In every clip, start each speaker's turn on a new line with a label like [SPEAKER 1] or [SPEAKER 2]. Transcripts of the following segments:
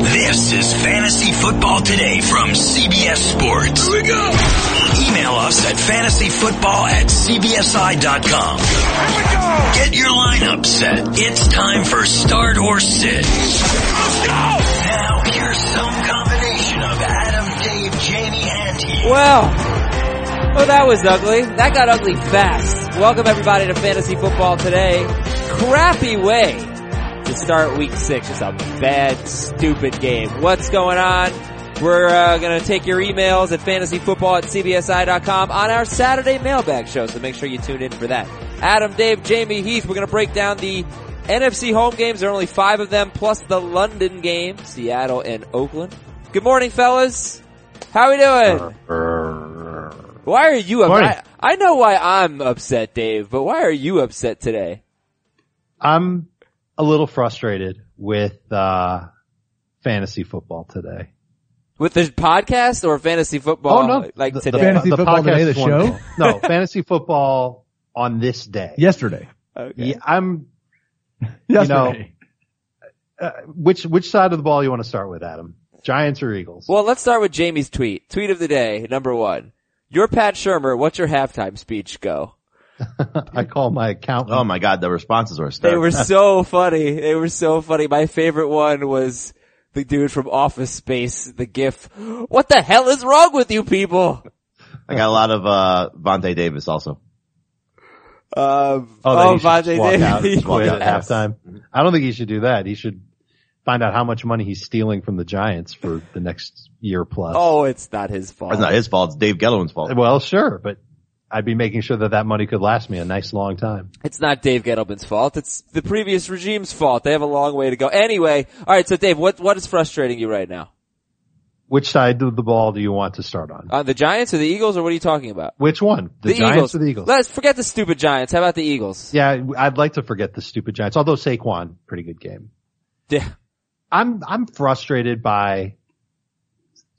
[SPEAKER 1] is Fantasy Football Today from CBS Sports. Here we go. Email us at fantasyfootball at cbsi.com. Here we go. Get your lineup set. It's time for start or sit. Let's go. Now here's some combination of Adam, Dave, Jamie, and you.
[SPEAKER 2] Well, well, that was ugly. That got ugly fast. Welcome everybody to fantasy football today. Crappy way to start week six. It's a bad, stupid game. What's going on? We're uh, going to take your emails at fantasyfootball at cbsi.com on our Saturday mailbag show, so make sure you tune in for that. Adam, Dave, Jamie, Heath, we're going to break down the NFC home games. There are only five of them, plus the London game, Seattle and Oakland. Good morning, fellas. How we doing? Why are you
[SPEAKER 3] Morning.
[SPEAKER 2] upset? I, I know why I'm upset, Dave, but why are you upset today?
[SPEAKER 3] I'm a little frustrated with uh fantasy football today.
[SPEAKER 2] With the podcast or fantasy football? Like
[SPEAKER 3] the,
[SPEAKER 2] today.
[SPEAKER 3] The,
[SPEAKER 4] Fantasy
[SPEAKER 3] the
[SPEAKER 4] football
[SPEAKER 3] podcast
[SPEAKER 4] today, the
[SPEAKER 3] is one
[SPEAKER 4] show?
[SPEAKER 3] thing. No, fantasy football on this day.
[SPEAKER 4] Yesterday.
[SPEAKER 2] Okay.
[SPEAKER 3] Yeah, I'm uh,
[SPEAKER 4] Yesterday.
[SPEAKER 3] which which side of the ball you want to start with, Adam? Giants or Eagles?
[SPEAKER 2] Well, let's start with Jamie's tweet. Tweet of the day, number one. Your Pat Shermer, what's your halftime speech go?
[SPEAKER 3] I call my account.
[SPEAKER 5] Oh my god, the responses were
[SPEAKER 2] They
[SPEAKER 5] hysterical.
[SPEAKER 2] were so funny. They were so funny. My favorite one was the dude from Office Space, the gif. What the hell is wrong with you people?
[SPEAKER 5] I got a lot of uh Vontae Davis also.
[SPEAKER 2] Um,
[SPEAKER 3] Oh, then he should
[SPEAKER 2] Vontae
[SPEAKER 3] just walk out,
[SPEAKER 2] Davis.
[SPEAKER 5] just walk
[SPEAKER 3] quit
[SPEAKER 5] out.
[SPEAKER 3] at halftime. I don't think he should do that. He should find out how much money he's stealing from the Giants for the next year plus.
[SPEAKER 2] Oh, it's not his fault.
[SPEAKER 5] It's not his fault, it's Dave Gellerman's fault.
[SPEAKER 3] Well, sure, but I'd be making sure that that money could last me a nice long time.
[SPEAKER 2] It's not Dave Gettleman's fault. It's the previous regime's fault. They have a long way to go. Anyway, all right. So, Dave, what what is frustrating you right now?
[SPEAKER 3] Which side of the ball do you want to start on?
[SPEAKER 2] Uh, the Giants or the Eagles, or what are you talking about?
[SPEAKER 3] Which one? The, Giants or the Eagles?
[SPEAKER 2] Let's forget the stupid Giants. How about the Eagles?
[SPEAKER 3] yeah, I'd like to forget the stupid Giants, although Saquon, pretty good game.
[SPEAKER 2] Yeah.
[SPEAKER 3] I'm, I'm frustrated by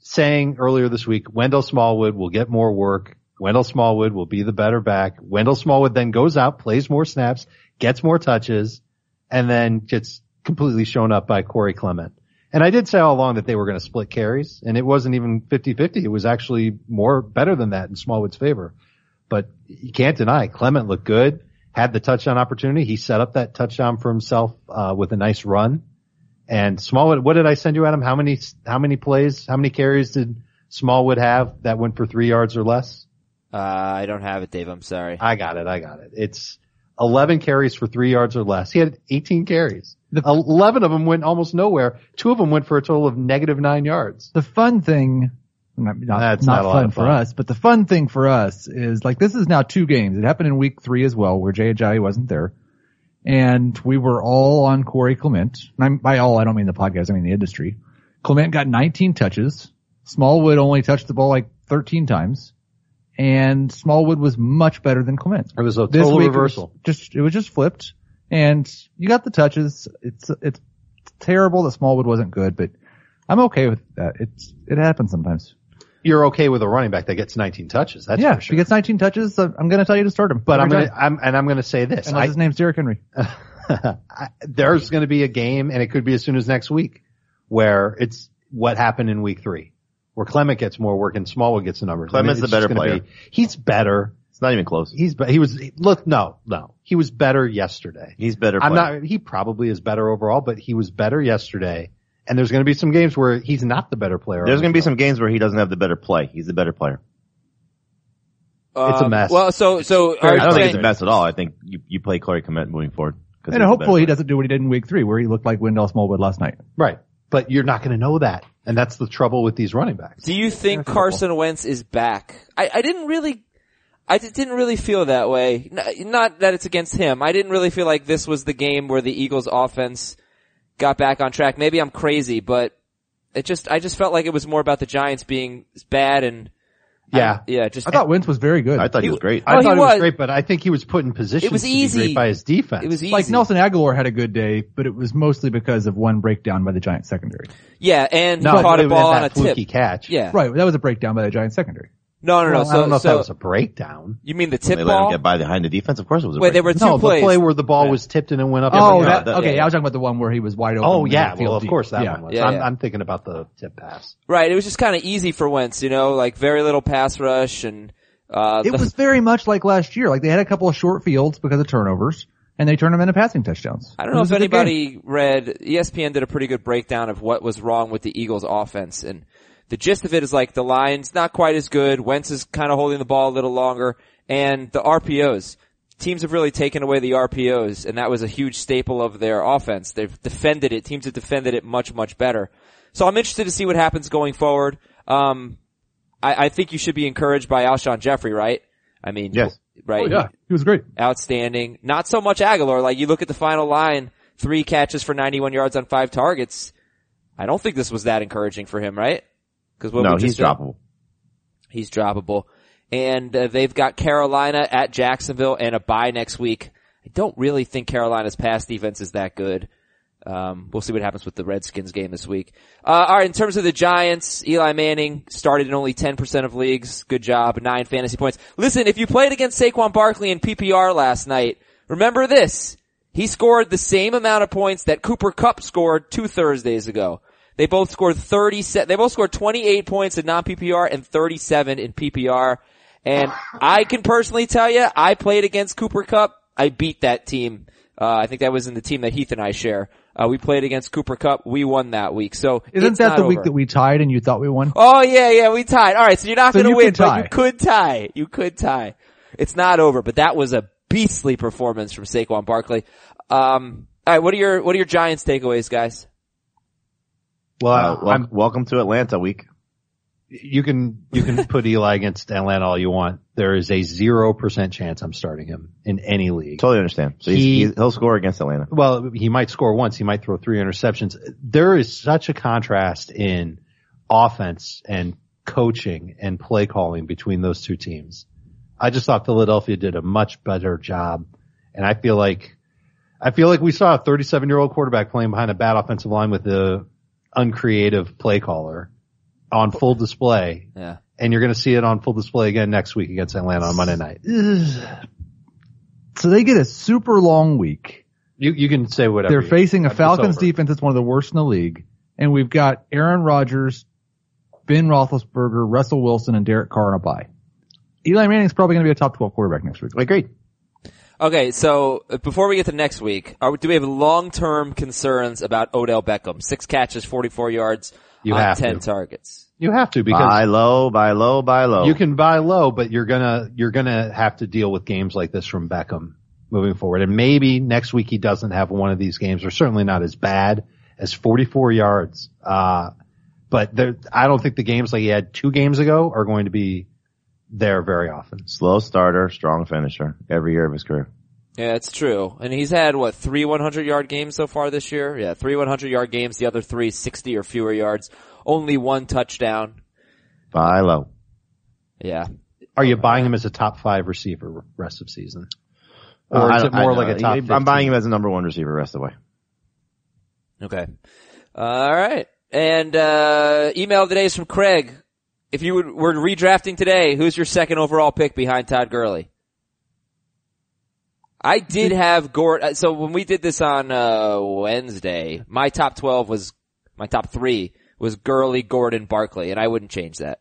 [SPEAKER 3] saying earlier this week, Wendell Smallwood will get more work. Wendell Smallwood will be the better back. Wendell Smallwood then goes out, plays more snaps, gets more touches, and then gets completely shown up by Corey Clement. And I did say all along that they were going to split carries, and it wasn't even 50-50. It was actually more better than that in Smallwood's favor. But you can't deny Clement looked good, had the touchdown opportunity. He set up that touchdown for himself uh, with a nice run. And Smallwood, what did I send you, Adam? How many how many plays, how many carries did Smallwood have that went for three yards or less?
[SPEAKER 2] Uh, I don't have it, Dave. I'm sorry.
[SPEAKER 3] I got it. I got it. It's 11 carries for three yards or less. He had 18 carries. 11 of them went almost nowhere. Two of them went for a total of negative nine yards.
[SPEAKER 4] The fun thing, not, not,
[SPEAKER 3] That's
[SPEAKER 4] not
[SPEAKER 3] not a lot
[SPEAKER 4] fun
[SPEAKER 3] of
[SPEAKER 4] for
[SPEAKER 3] fun.
[SPEAKER 4] us, but the fun thing for us is like this is now two games. It happened in week three as well where Jay Ajayi wasn't there. And we were all on Corey Clement. And I'm, by all, I don't mean the podcast, I mean the industry. Clement got 19 touches. Smallwood only touched the ball like 13 times. And Smallwood was much better than Clement.
[SPEAKER 3] It was a
[SPEAKER 4] this
[SPEAKER 3] total
[SPEAKER 4] week it was
[SPEAKER 3] reversal.
[SPEAKER 4] just it was just flipped, and you got the touches. It's it's terrible that Smallwood wasn't good, but I'm okay with that. It's it happens sometimes.
[SPEAKER 3] You're okay with a running back that gets 19 touches. That's
[SPEAKER 4] yeah,
[SPEAKER 3] for
[SPEAKER 4] if he
[SPEAKER 3] sure.
[SPEAKER 4] gets 19 touches, so I'm going to tell you to start him.
[SPEAKER 3] but I'm
[SPEAKER 4] Every
[SPEAKER 3] gonna,
[SPEAKER 4] time.
[SPEAKER 3] I'm, and I'm gonna say this.
[SPEAKER 4] unless
[SPEAKER 3] I-
[SPEAKER 4] his name's Derrick Henry.
[SPEAKER 3] I- there's going to be a game, and it could be as soon as next week, where it's what happened in week three, where Clement gets more work and Smallwood gets the numbers.
[SPEAKER 5] Clement's
[SPEAKER 3] it's
[SPEAKER 5] the
[SPEAKER 3] just
[SPEAKER 5] better
[SPEAKER 3] gonna
[SPEAKER 5] player.
[SPEAKER 3] he's better.
[SPEAKER 5] it's not even close.
[SPEAKER 3] He's be- he was look no no he was better yesterday.
[SPEAKER 5] He's better
[SPEAKER 3] I'm
[SPEAKER 5] player.
[SPEAKER 3] not. He probably is better overall, but he was better yesterday. And there's going to be some games where he's not the better player.
[SPEAKER 5] There's gonna be
[SPEAKER 3] overall.
[SPEAKER 5] some games where he doesn't have the better play. He's the better player.
[SPEAKER 3] it's a
[SPEAKER 2] Um,
[SPEAKER 3] mess.
[SPEAKER 2] Well, so so
[SPEAKER 5] I
[SPEAKER 2] are you
[SPEAKER 5] don't think it's
[SPEAKER 2] saying-
[SPEAKER 5] a mess at all. I think you, you play Corey Komet moving forward. 'cause he's
[SPEAKER 4] And
[SPEAKER 5] the
[SPEAKER 4] hopefully he
[SPEAKER 5] better
[SPEAKER 4] doesn't do what he did in week three, where he looked like Wendell Smallwood last night.
[SPEAKER 3] right, but you're not going to know that, and that's the trouble with these running backs.
[SPEAKER 2] Do you think Carson Wentz is back? I, I didn't really, I di- didn't really feel that way. N- Not that it's against him. I didn't really feel like this was the game where the Eagles offense got back on track. Maybe I'm crazy, but it just, I just felt like it was more about the Giants being bad and
[SPEAKER 3] Yeah.
[SPEAKER 2] yeah, just
[SPEAKER 4] I thought Wentz was very good.
[SPEAKER 5] player. I thought he
[SPEAKER 2] He-
[SPEAKER 5] was great.
[SPEAKER 2] I-
[SPEAKER 3] I
[SPEAKER 2] Oh, he
[SPEAKER 3] thought it
[SPEAKER 2] was.
[SPEAKER 3] was great, but I think he was put in position.
[SPEAKER 2] It was
[SPEAKER 3] To be
[SPEAKER 2] easy.
[SPEAKER 3] great by his defense.
[SPEAKER 2] it was easy.
[SPEAKER 4] like Nelson Aguilar had a good day, but it was mostly because of one breakdown by the Giants secondary.
[SPEAKER 2] Yeah, and he
[SPEAKER 3] No,
[SPEAKER 2] caught
[SPEAKER 3] it
[SPEAKER 2] a
[SPEAKER 3] was
[SPEAKER 2] ball
[SPEAKER 3] that
[SPEAKER 2] on a
[SPEAKER 3] fluky
[SPEAKER 2] tip.
[SPEAKER 3] catch.
[SPEAKER 2] Yeah.
[SPEAKER 4] Right, that was a breakdown by the Giants secondary.
[SPEAKER 2] No, no, no.
[SPEAKER 3] Well,
[SPEAKER 2] so,
[SPEAKER 3] I don't know
[SPEAKER 2] so
[SPEAKER 3] if that was a breakdown.
[SPEAKER 2] you mean the
[SPEAKER 5] They
[SPEAKER 2] tip
[SPEAKER 5] let him
[SPEAKER 2] ball?
[SPEAKER 5] get by behind the defense. Of course, it was. A
[SPEAKER 2] Wait, there were
[SPEAKER 5] break.
[SPEAKER 2] two
[SPEAKER 3] No,
[SPEAKER 2] plays.
[SPEAKER 3] the play where the ball
[SPEAKER 2] Yeah.
[SPEAKER 3] was tipped and it went up.
[SPEAKER 4] Oh,
[SPEAKER 5] yeah,
[SPEAKER 4] that,
[SPEAKER 5] that-
[SPEAKER 4] okay.
[SPEAKER 5] yeah.
[SPEAKER 4] I was talking about the one where he was wide open.
[SPEAKER 3] Oh
[SPEAKER 4] with
[SPEAKER 3] yeah,
[SPEAKER 4] the field
[SPEAKER 3] well of
[SPEAKER 4] deep.
[SPEAKER 3] course that
[SPEAKER 4] Yeah.
[SPEAKER 3] one was.
[SPEAKER 2] Yeah,
[SPEAKER 3] I'm,
[SPEAKER 2] yeah.
[SPEAKER 3] I'm thinking about the tip pass.
[SPEAKER 2] Right. It was just kind of easy for Wentz, you know, like very little pass rush and, uh,
[SPEAKER 4] It
[SPEAKER 2] the-
[SPEAKER 4] was very much like last year. Like they had a couple of short fields because of turnovers, and they turned them into passing touchdowns.
[SPEAKER 2] I
[SPEAKER 4] It
[SPEAKER 2] don't know
[SPEAKER 4] was
[SPEAKER 2] if
[SPEAKER 4] a good game.
[SPEAKER 2] anybody read, E ESPN did a pretty good breakdown of what was wrong with the Eagles offense and the gist of it is like the line's not quite as good, Wentz is kind of holding the ball a little longer, and the RPOs. Teams have really taken away the RPOs and that was a huge staple of their offense. They've defended it, teams have defended it much, much better. So I'm interested to see what happens going forward. Um, I, I think you should be encouraged by Alshon Jeffrey, right? I mean,
[SPEAKER 5] Yes.
[SPEAKER 2] right?
[SPEAKER 4] Oh, yeah, he was great.
[SPEAKER 2] outstanding. Not so much Aguilar. Like you look at the final line, three catches for 91 yards on five targets. I don't think this was that encouraging for him, right? Because
[SPEAKER 5] No, he's droppable.
[SPEAKER 2] He's droppable, and uh, they've got Carolina at Jacksonville and a bye next week. I don't really think Carolina's pass defense is that good. Um, we'll see what happens with the Redskins game this week. Uh, all right, in terms of the Giants, Eli Manning started in only 10% of leagues. Good job. Nine fantasy points. Listen, if you played against Saquon Barkley in PPR last night, remember this. He scored the same amount of points that Cooper Cup scored two Thursdays ago. They both scored 30, se- they both scored 28 points in non-PPR and 37 in PPR. And I can personally tell you, I played against Cooper Cup. I beat that team. Uh, I think that was in the team that Heath and I share. Uh, we played against Cooper Cup. We won that week. So
[SPEAKER 4] Isn't
[SPEAKER 2] it's
[SPEAKER 4] that
[SPEAKER 2] not
[SPEAKER 4] the week
[SPEAKER 2] over.
[SPEAKER 4] that we tied and you thought we won?
[SPEAKER 2] Oh yeah, yeah, we tied. All right, so you're not
[SPEAKER 4] So
[SPEAKER 2] going to
[SPEAKER 4] you
[SPEAKER 2] win,
[SPEAKER 4] can
[SPEAKER 2] but you
[SPEAKER 4] tie.
[SPEAKER 2] could tie. You could tie. It's not over, but that was a beastly performance from Saquon Barkley. Um, all right, what are your what are your Giants takeaways, guys?
[SPEAKER 3] Well,
[SPEAKER 5] Uh,
[SPEAKER 3] I-
[SPEAKER 5] wel-
[SPEAKER 3] I'm-
[SPEAKER 5] welcome to Atlanta week.
[SPEAKER 3] you can you can put Eli against Atlanta all you want. There is a zero percent chance I'm starting him in any league.
[SPEAKER 5] Totally understand. So he's,
[SPEAKER 3] He-
[SPEAKER 5] he's, he'll score against Atlanta.
[SPEAKER 3] well, he might score once. He might throw three interceptions. There is such a contrast in offense and coaching and play calling between those two teams. I just thought Philadelphia did a much better job. And I feel like, I feel like we saw a 37 year old quarterback playing behind a bad offensive line with a uncreative play caller on full display.
[SPEAKER 2] Yeah.
[SPEAKER 3] And you're going to see it on full display again next week against Atlanta on Monday night.
[SPEAKER 4] So they get a super long week.
[SPEAKER 3] You, you can say whatever.
[SPEAKER 4] They're
[SPEAKER 3] you-
[SPEAKER 4] facing a
[SPEAKER 3] it's
[SPEAKER 4] Falcons
[SPEAKER 3] over.
[SPEAKER 4] defense that's one of the worst in the league, and we've got Aaron Rodgers, Ben Roethlisberger, Russell Wilson, and Derek Carr on a bye. Eli Manning's probably going to be a top twelve quarterback next week.
[SPEAKER 5] I agree.
[SPEAKER 2] Okay, so uh, before we get to next week, are, do we have long-term concerns about Odell Beckham? Six catches, 44 yards
[SPEAKER 3] You
[SPEAKER 2] on
[SPEAKER 3] have
[SPEAKER 2] 10
[SPEAKER 3] to.
[SPEAKER 2] targets.
[SPEAKER 3] You have to because
[SPEAKER 5] buy low, buy low, buy low.
[SPEAKER 3] You can buy low, but you're gonna you're gonna have to deal with games like this from Beckham moving forward. And maybe next week he doesn't have one of these games, or certainly not as bad as 44 yards. Uh, but there, I don't think the games like he had two games ago are going to be there very often.
[SPEAKER 5] Slow starter, strong finisher. Every year of his career.
[SPEAKER 2] Yeah, it's true. And he's had, what, three 100-yard games so far this year? Yeah, three 100-yard games, the other three 60 or fewer yards. Only one touchdown.
[SPEAKER 5] Buy low.
[SPEAKER 2] Yeah.
[SPEAKER 3] Are you buying him as a top five receiver rest of season, or
[SPEAKER 5] Uh,
[SPEAKER 3] is
[SPEAKER 5] I-
[SPEAKER 3] it more
[SPEAKER 5] I-
[SPEAKER 3] like a top?
[SPEAKER 5] I'm
[SPEAKER 3] 15?
[SPEAKER 5] buying him as a number one receiver rest of the way.
[SPEAKER 2] Okay. All right. And uh, email today is from Craig. If you would, were redrafting today, who's your second overall pick behind Todd Gurley? I did have Gordon. So when we did this on uh, Wednesday, my top twelve was my top three was Gurley, Gordon, Barkley, and I wouldn't change that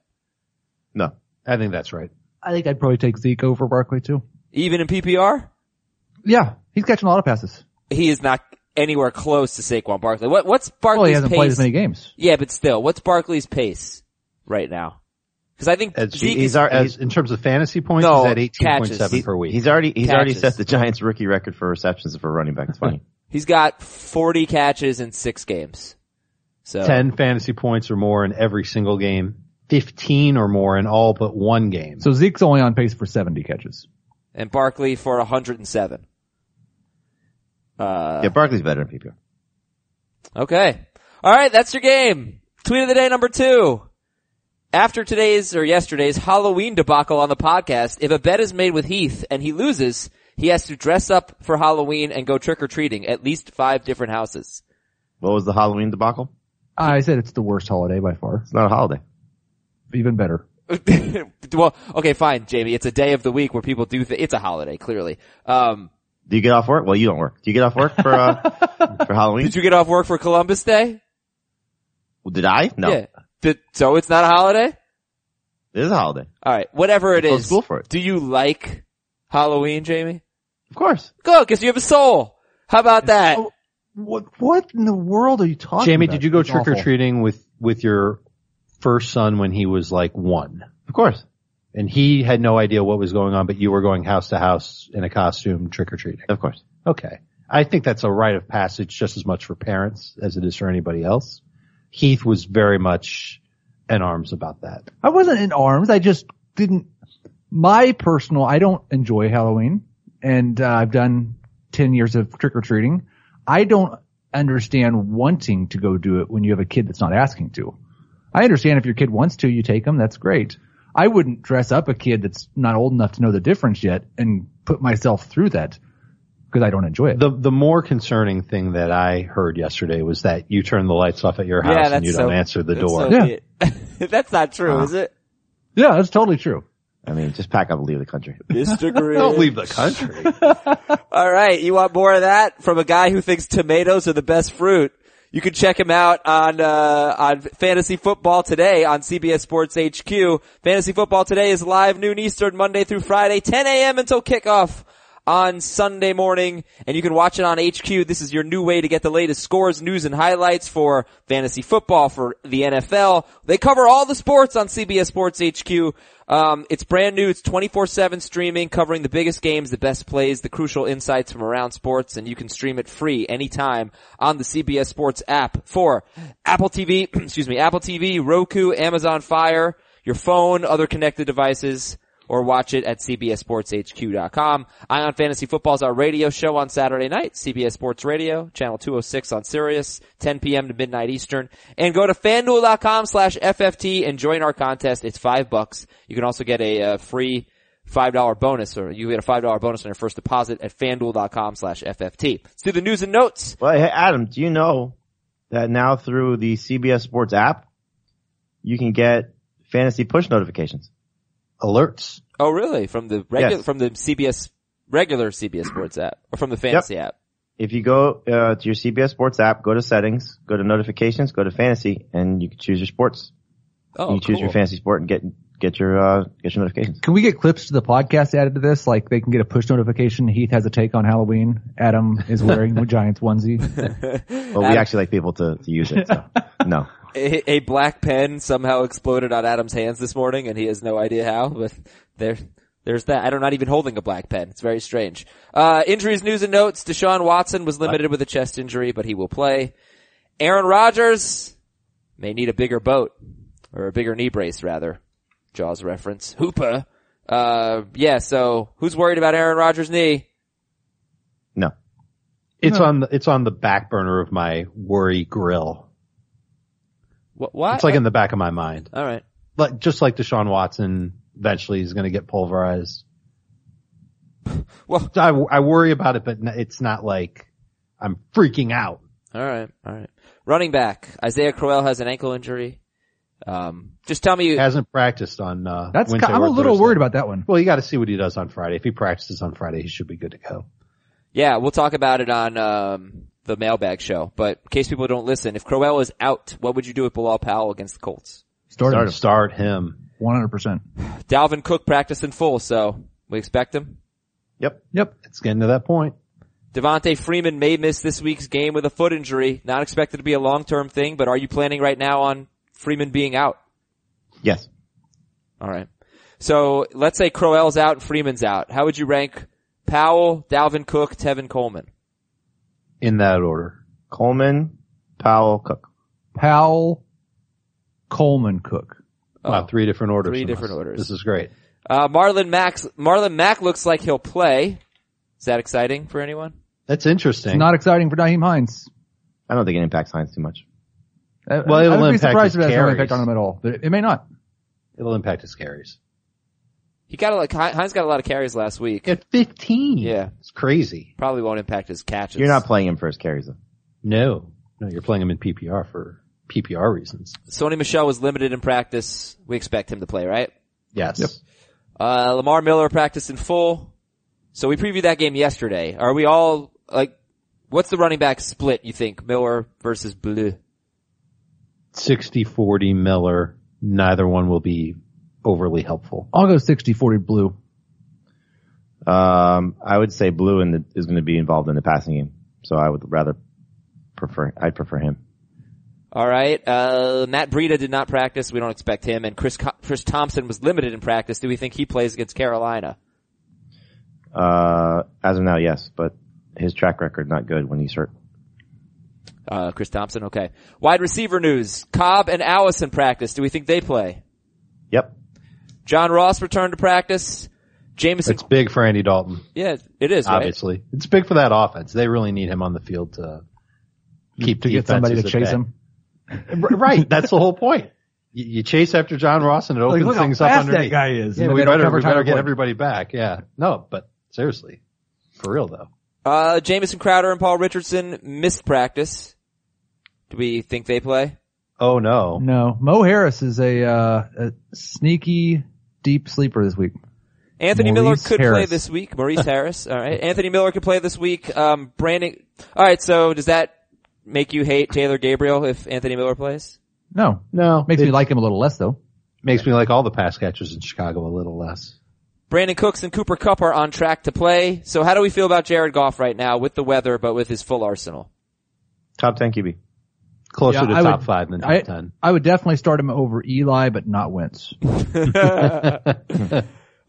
[SPEAKER 5] No.
[SPEAKER 3] I think that's right.
[SPEAKER 4] I think I'd probably take Zeke over Barkley too.
[SPEAKER 2] even in PPR.
[SPEAKER 4] Yeah, he's catching a lot of passes.
[SPEAKER 2] He is not anywhere close to Saquon Barkley. What, what's Barkley's
[SPEAKER 4] Well, he hasn't
[SPEAKER 2] pace?
[SPEAKER 4] played as many games.
[SPEAKER 2] Yeah, but still, what's Barkley's pace right now? Because I think
[SPEAKER 3] As,
[SPEAKER 2] Zeke
[SPEAKER 3] he's
[SPEAKER 2] is
[SPEAKER 3] our, as in terms of fantasy points,
[SPEAKER 2] No,
[SPEAKER 3] he's at 18.7
[SPEAKER 2] catches.
[SPEAKER 3] per week.
[SPEAKER 5] He's already he's already
[SPEAKER 2] Catches.
[SPEAKER 5] set the Giants rookie record for receptions for running back. It's funny.
[SPEAKER 2] He's got 40 catches in six games. So
[SPEAKER 3] 10 fantasy points or more in every single game, 15 or more in all but one game.
[SPEAKER 4] So Zeke's only on pace for seventy catches.
[SPEAKER 2] and Barkley for 107. Uh,
[SPEAKER 5] yeah, Barkley's better than PPR.
[SPEAKER 2] okay. All right, that's your game. Tweet of the day number two. After today's or yesterday's Halloween debacle on the podcast, if a bet is made with Heath and he loses, he has to dress up for Halloween and go trick or treating at least five different houses.
[SPEAKER 5] What was the Halloween debacle?
[SPEAKER 4] I said it's the worst holiday by far.
[SPEAKER 5] It's not a holiday.
[SPEAKER 4] Even better.
[SPEAKER 2] well, okay, fine, Jamie. It's a day of the week where people do. Th- it's a holiday, clearly. Um,
[SPEAKER 5] Do you get off work? Well, you don't work. Do you get off work for uh, for Halloween?
[SPEAKER 2] did you get off work for Columbus Day?
[SPEAKER 5] Did I? No.
[SPEAKER 2] Yeah. Did, so it's not a holiday.
[SPEAKER 5] It is a holiday.
[SPEAKER 2] All right, whatever it
[SPEAKER 5] They close
[SPEAKER 2] is.
[SPEAKER 5] school for it.
[SPEAKER 2] Do you like Halloween, Jamie?
[SPEAKER 5] Of course.
[SPEAKER 2] Good, because you have a soul. How about that?
[SPEAKER 4] so- What what in the world are you talking
[SPEAKER 3] Jamie,
[SPEAKER 4] about?
[SPEAKER 3] did you go
[SPEAKER 4] It's awful.
[SPEAKER 3] trick or treating with with your first son when he was like one?
[SPEAKER 5] Of course.
[SPEAKER 3] And he had no idea what was going on, but you were going house to house in a costume trick or treating.
[SPEAKER 5] Of course.
[SPEAKER 3] Okay. I think that's a rite of passage just as much for parents as it is for anybody else. Heath was very much in arms about that.
[SPEAKER 4] I wasn't in arms. I just didn't. My personal, I don't enjoy Halloween, and uh, I've done ten years of trick or treating. I don't understand wanting to go do it when you have a kid that's not asking to. I understand if your kid wants to, you take them. That's great. I wouldn't dress up a kid that's not old enough to know the difference yet and put myself through that because I don't enjoy it.
[SPEAKER 3] The the more concerning thing that I heard yesterday was that you turn the lights off at your house and you don't answer the
[SPEAKER 2] that's
[SPEAKER 3] door.
[SPEAKER 2] so
[SPEAKER 4] Yeah.
[SPEAKER 2] it. that's not true, is it?
[SPEAKER 4] yeah, that's totally true.
[SPEAKER 5] I mean, just pack up and leave the country.
[SPEAKER 2] Mr. Green.
[SPEAKER 3] don't leave the country.
[SPEAKER 2] All right, you want more of that from a guy who thinks tomatoes are the best fruit? You can check him out on uh, on Fantasy Football Today on CBS Sports HQ. Fantasy Football Today is live noon Eastern Monday through Friday, 10 a.m. until kickoff on Sunday morning, and you can watch it on HQ. This is your new way to get the latest scores, news, and highlights for fantasy football, for the NFL. They cover all the sports on CBS Sports HQ. Um, it's brand new. It's 24-7 streaming, covering the biggest games, the best plays, the crucial insights from around sports, and you can stream it free anytime on the CBS Sports app for Apple TV, excuse me, Apple TV, Roku, Amazon Fire, your phone, other connected devices, or watch it at cbssportshq.com. Ion Fantasy Football is our radio show on Saturday night, CBS Sports Radio, channel 206 on Sirius, 10 p.m. to midnight Eastern. And go to fanduel.com slash FFT and join our contest. It's five bucks. You can also get a uh, free $5 bonus or you get a $5 bonus on your first deposit at fanduel.com slash FFT. Let's do the news and notes.
[SPEAKER 5] Well, hey, Adam, do you know that now through the CBS Sports app, you can get fantasy push notifications?
[SPEAKER 3] Alerts.
[SPEAKER 2] Oh, really? From the regular,
[SPEAKER 5] Yes.
[SPEAKER 2] from the CBS, regular CBS Sports app or from the fantasy app.
[SPEAKER 5] If you go uh, to your CBS Sports app, go to settings, go to notifications, go to fantasy, and you can choose your sports.
[SPEAKER 2] Oh,
[SPEAKER 5] you choose
[SPEAKER 2] cool.
[SPEAKER 5] your fantasy sport and get get your uh, get your notifications.
[SPEAKER 4] Can we get clips to the podcast added to this? Like they can get a push notification. Heath has a take on Halloween. Adam is wearing a Giants onesie.
[SPEAKER 5] Well, we actually like people to, to use it. So. no,
[SPEAKER 2] a, a black pen somehow exploded on Adam's hands this morning, and he has no idea how. But there, there's that. I'm not even holding a black pen. It's very strange. Uh, injuries, news, and notes. Deshaun Watson was limited with a chest injury, but he will play. Aaron Rodgers may need a bigger boat or a bigger knee brace, rather. Jaws reference. Hoopa. Uh, yeah. So who's worried about Aaron Rodgers' knee?
[SPEAKER 5] no.
[SPEAKER 3] It's on the, it's on the back burner of my worry grill.
[SPEAKER 2] What? what?
[SPEAKER 3] It's like in the back of my mind.
[SPEAKER 2] All right.
[SPEAKER 3] Like just like Deshaun Watson eventually is going to get pulverized.
[SPEAKER 2] Well-
[SPEAKER 3] I, I worry about it, but n- it's not like I'm freaking out.
[SPEAKER 2] All right, all right. Running back Isaiah Crowell has an ankle injury. Um, just tell me.
[SPEAKER 3] Hasn't practiced on. Uh,
[SPEAKER 4] That's
[SPEAKER 3] Wednesday
[SPEAKER 4] ki- I'm
[SPEAKER 3] or
[SPEAKER 4] a little
[SPEAKER 3] Thursday.
[SPEAKER 4] worried about that one.
[SPEAKER 3] Well, you got to see what he does on Friday. If he practices on Friday, he should be good to go.
[SPEAKER 2] Yeah, we'll talk about it on um, the mailbag show. But in case people don't listen, if Crowell is out, what would you do with Bilal Powell against the Colts?
[SPEAKER 4] Start
[SPEAKER 3] Start,
[SPEAKER 4] him.
[SPEAKER 3] start him.
[SPEAKER 4] 100%.
[SPEAKER 2] Dalvin Cook practiced in full, so we expect him.
[SPEAKER 5] Yep.
[SPEAKER 4] Yep.
[SPEAKER 3] It's getting to that point.
[SPEAKER 2] Devontae Freeman may miss this week's game with a foot injury. Not expected to be a long-term thing, but are you planning right now on Freeman being out?
[SPEAKER 5] Yes.
[SPEAKER 2] All right. So let's say Crowell's out and Freeman's out. How would you rank Powell, Dalvin Cook, Tevin Coleman?
[SPEAKER 3] In that order.
[SPEAKER 5] Coleman, Powell, Cook.
[SPEAKER 4] Powell, Coleman, Cook.
[SPEAKER 3] Wow, three different orders.
[SPEAKER 2] Oh. Three
[SPEAKER 3] from
[SPEAKER 2] different
[SPEAKER 3] us.
[SPEAKER 2] orders.
[SPEAKER 3] This is great.
[SPEAKER 2] Uh, Marlon Max, Marlon Mack looks like he'll play. Is that exciting for anyone?
[SPEAKER 3] That's interesting.
[SPEAKER 4] Not exciting for Naheem Hines.
[SPEAKER 5] I don't think it impacts Hines too much.
[SPEAKER 4] I-
[SPEAKER 3] Well,
[SPEAKER 4] I
[SPEAKER 3] it'll
[SPEAKER 4] would be
[SPEAKER 3] impact his
[SPEAKER 4] surprised if it has no
[SPEAKER 3] carries.
[SPEAKER 4] impact on him at all, but it, it may not.
[SPEAKER 3] It'll impact his carries.
[SPEAKER 2] He got a lot, Heinz got a lot of carries last week.
[SPEAKER 3] At 15.
[SPEAKER 2] Yeah.
[SPEAKER 3] It's crazy.
[SPEAKER 2] Probably won't impact his catches.
[SPEAKER 5] You're not playing him for his carries though.
[SPEAKER 3] No. No, you're playing him in PPR for PPR reasons.
[SPEAKER 2] Sony Michelle was limited in practice. We expect him to play, right?
[SPEAKER 3] Yes.
[SPEAKER 4] Yep.
[SPEAKER 2] Uh, Lamar Miller practiced in full. So we previewed that game yesterday. Are we all like, what's the running back split you think? Miller versus Bleu?
[SPEAKER 3] 60-40 Miller. Neither one will be overly helpful.
[SPEAKER 4] I'll go 60-40 blue.
[SPEAKER 5] Um, I would say Blue in the, is going to be involved in the passing game, so I would rather prefer. I'd prefer him.
[SPEAKER 2] All right. Uh, Matt Breida did not practice. We don't expect him. And Chris Co- Chris Thompson was limited in practice. Do we think he plays against Carolina?
[SPEAKER 5] Uh, as of now, yes, but his track record not good when he's hurt.
[SPEAKER 2] Uh, Chris Thompson. Okay. Wide receiver news: Cobb and Allison practice. Do we think they play?
[SPEAKER 5] Yep.
[SPEAKER 2] John Ross returned to practice. Jameson.
[SPEAKER 3] It's big for Andy Dalton,
[SPEAKER 2] yeah, it is. Right?
[SPEAKER 3] obviously. It's big for that offense. They really need him on the field to keep
[SPEAKER 4] To
[SPEAKER 3] the
[SPEAKER 4] get somebody to
[SPEAKER 3] offenses at
[SPEAKER 4] chase
[SPEAKER 3] bay.
[SPEAKER 4] him.
[SPEAKER 3] R- Right. That's the whole point. You, you chase after John Ross and it
[SPEAKER 4] Like,
[SPEAKER 3] opens
[SPEAKER 4] look how
[SPEAKER 3] things up
[SPEAKER 4] fast
[SPEAKER 3] underneath.
[SPEAKER 4] that guy is.
[SPEAKER 3] Yeah,
[SPEAKER 4] And
[SPEAKER 3] we
[SPEAKER 4] they don't
[SPEAKER 3] better,
[SPEAKER 4] cover
[SPEAKER 3] we
[SPEAKER 4] Tyler
[SPEAKER 3] better get
[SPEAKER 4] Boyd.
[SPEAKER 3] everybody back. Yeah. No, but seriously. For real though.
[SPEAKER 2] Uh, Jamison Crowder and Paul Richardson missed practice. Do we think they play?
[SPEAKER 3] Oh no.
[SPEAKER 4] No, Mo Harris is a, uh, a sneaky deep sleeper this week.
[SPEAKER 2] Anthony
[SPEAKER 4] Maurice
[SPEAKER 2] Miller could play
[SPEAKER 4] Harris.
[SPEAKER 2] this week. Maurice Harris. All right. Anthony Miller could play this week. Um, Brandon. All right. So does that make you hate Taylor Gabriel if Anthony Miller plays?
[SPEAKER 4] No,
[SPEAKER 3] No.
[SPEAKER 4] makes
[SPEAKER 3] it
[SPEAKER 4] me like him a little less though.
[SPEAKER 3] makes me like all the pass catchers in Chicago a little less.
[SPEAKER 2] Brandon Cooks and Cooper Cup are on track to play. So how do we feel about Jared Goff right now with the weather, but with his full arsenal?
[SPEAKER 5] Top 10 QB.
[SPEAKER 3] Closer
[SPEAKER 4] Yeah,
[SPEAKER 3] to
[SPEAKER 4] I
[SPEAKER 3] top
[SPEAKER 4] would-
[SPEAKER 3] five than top
[SPEAKER 4] I,
[SPEAKER 3] ten.
[SPEAKER 4] I would definitely start him over Eli, but not Wentz.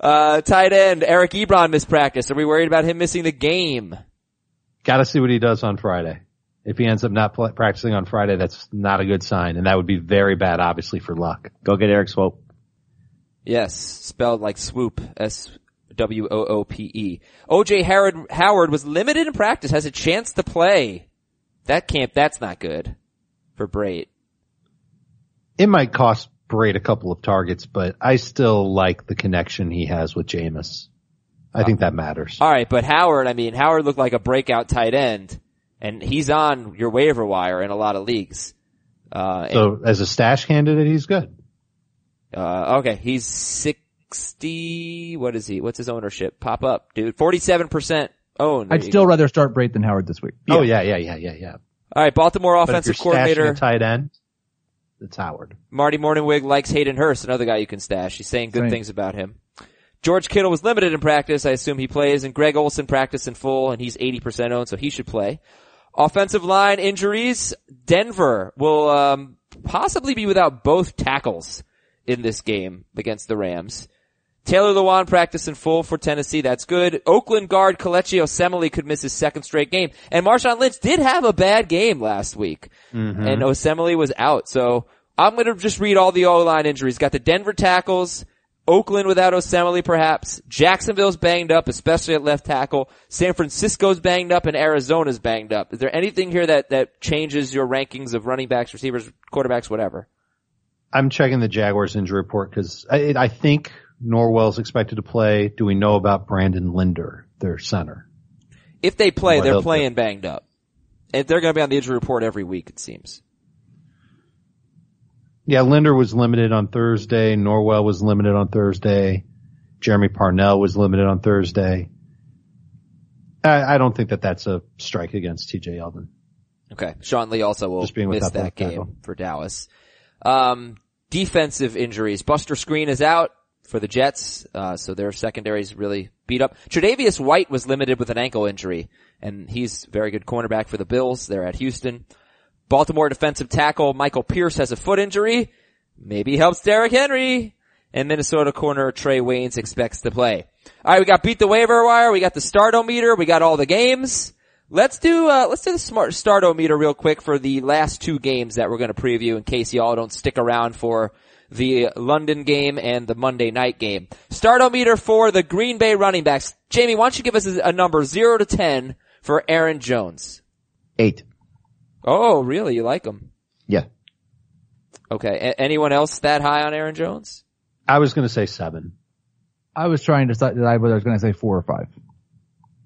[SPEAKER 2] Uh, tight end Eric Ebron missed practice. Are we worried about him missing the game?
[SPEAKER 3] Gotta see what he does on Friday. If he ends up not pl- practicing on Friday, that's not a good sign. And that would be very bad, obviously, for luck.
[SPEAKER 5] Go get Eric Swope.
[SPEAKER 2] Yes, spelled like swoop. S W O O P E. OJ Howard Howard was limited in practice, has a chance to play. That can't. That's not good for Brait.
[SPEAKER 3] It might cost Braid a couple of targets, but I still like the connection he has with Jameis. I think that matters.
[SPEAKER 2] All right, but Howard. I mean, Howard looked like a breakout tight end, and he's on your waiver wire in a lot of leagues. Uh, and-
[SPEAKER 3] So as a stash candidate, he's good.
[SPEAKER 2] uh, okay, he's sixty. What is he? What's his ownership? Pop up, dude. Forty-seven percent owned.
[SPEAKER 4] I'd still rather start Brait than Howard this week.
[SPEAKER 3] Oh yeah, yeah, yeah, yeah, yeah.
[SPEAKER 2] All right, Baltimore
[SPEAKER 3] But if
[SPEAKER 2] offensive
[SPEAKER 3] you're stashing
[SPEAKER 2] coordinator.
[SPEAKER 3] a tight end, it's Howard.
[SPEAKER 2] Marty Morningwig likes Hayden Hurst, another guy you can stash. He's saying good
[SPEAKER 4] Same.
[SPEAKER 2] things about him. George Kittle was limited in practice. I assume he plays. And Greg Olson practiced in full, and he's 80% owned, so he should play. Offensive line injuries. Denver will um, possibly be without both tackles in this game against the Rams. Taylor Lewan practiced in full for Tennessee. That's good. Oakland guard Coleccio Semele could miss his second straight game. And Marshawn Lynch did have a bad game last week. And Osemele was out. So I'm going to just read all the O-line injuries. Got the Denver tackles. Oakland without Osemele perhaps. Jacksonville's banged up, especially at left tackle. San Francisco's banged up and Arizona's banged up. Is there anything here that, that changes your rankings of running backs, receivers, quarterbacks, whatever?
[SPEAKER 3] I'm checking the Jaguars injury report because I, it- I think Norwell's expected to play. Do we know about Brandon Linder, their center?
[SPEAKER 2] If they play,
[SPEAKER 3] Well,
[SPEAKER 2] they're
[SPEAKER 3] they'll-
[SPEAKER 2] playing banged up. And they're going to be on the injury report every week, it seems.
[SPEAKER 3] Yeah, Linder was limited on Thursday. Norwell was limited on Thursday. Jeremy Parnell was limited on Thursday. I, I don't think that that's a strike against TJ Yeldon.
[SPEAKER 2] Okay. Sean Lee also will
[SPEAKER 3] Just being
[SPEAKER 2] miss
[SPEAKER 3] without
[SPEAKER 2] that
[SPEAKER 3] that
[SPEAKER 2] game
[SPEAKER 3] tackle.
[SPEAKER 2] for Dallas. Um, defensive injuries. Buster Screen is out for the Jets, uh, so their secondary's really beat up. Tredavious White was limited with an ankle injury, and he's a very good cornerback for the Bills. They're at Houston. Baltimore defensive tackle Michael Pierce has a foot injury. Maybe helps Derrick Henry. And Minnesota corner Trey Waynes expects to play. Alright, we got beat the waiver wire, we got the stardometer, we got all the games. Let's do, uh, let's do the smart stardometer real quick for the last two games that we're gonna preview in case y'all don't stick around for the London game and the Monday night game. Stardometer for the Green Bay running backs. Jamie, why don't you give us a a number 0 to 10 for Aaron Jones?
[SPEAKER 5] Eight.
[SPEAKER 2] Oh, really? You like him?
[SPEAKER 5] Yeah.
[SPEAKER 2] Okay. A- anyone else that high on Aaron Jones?
[SPEAKER 3] I was going to say seven.
[SPEAKER 4] I was trying to decide whether I was going to say four or five.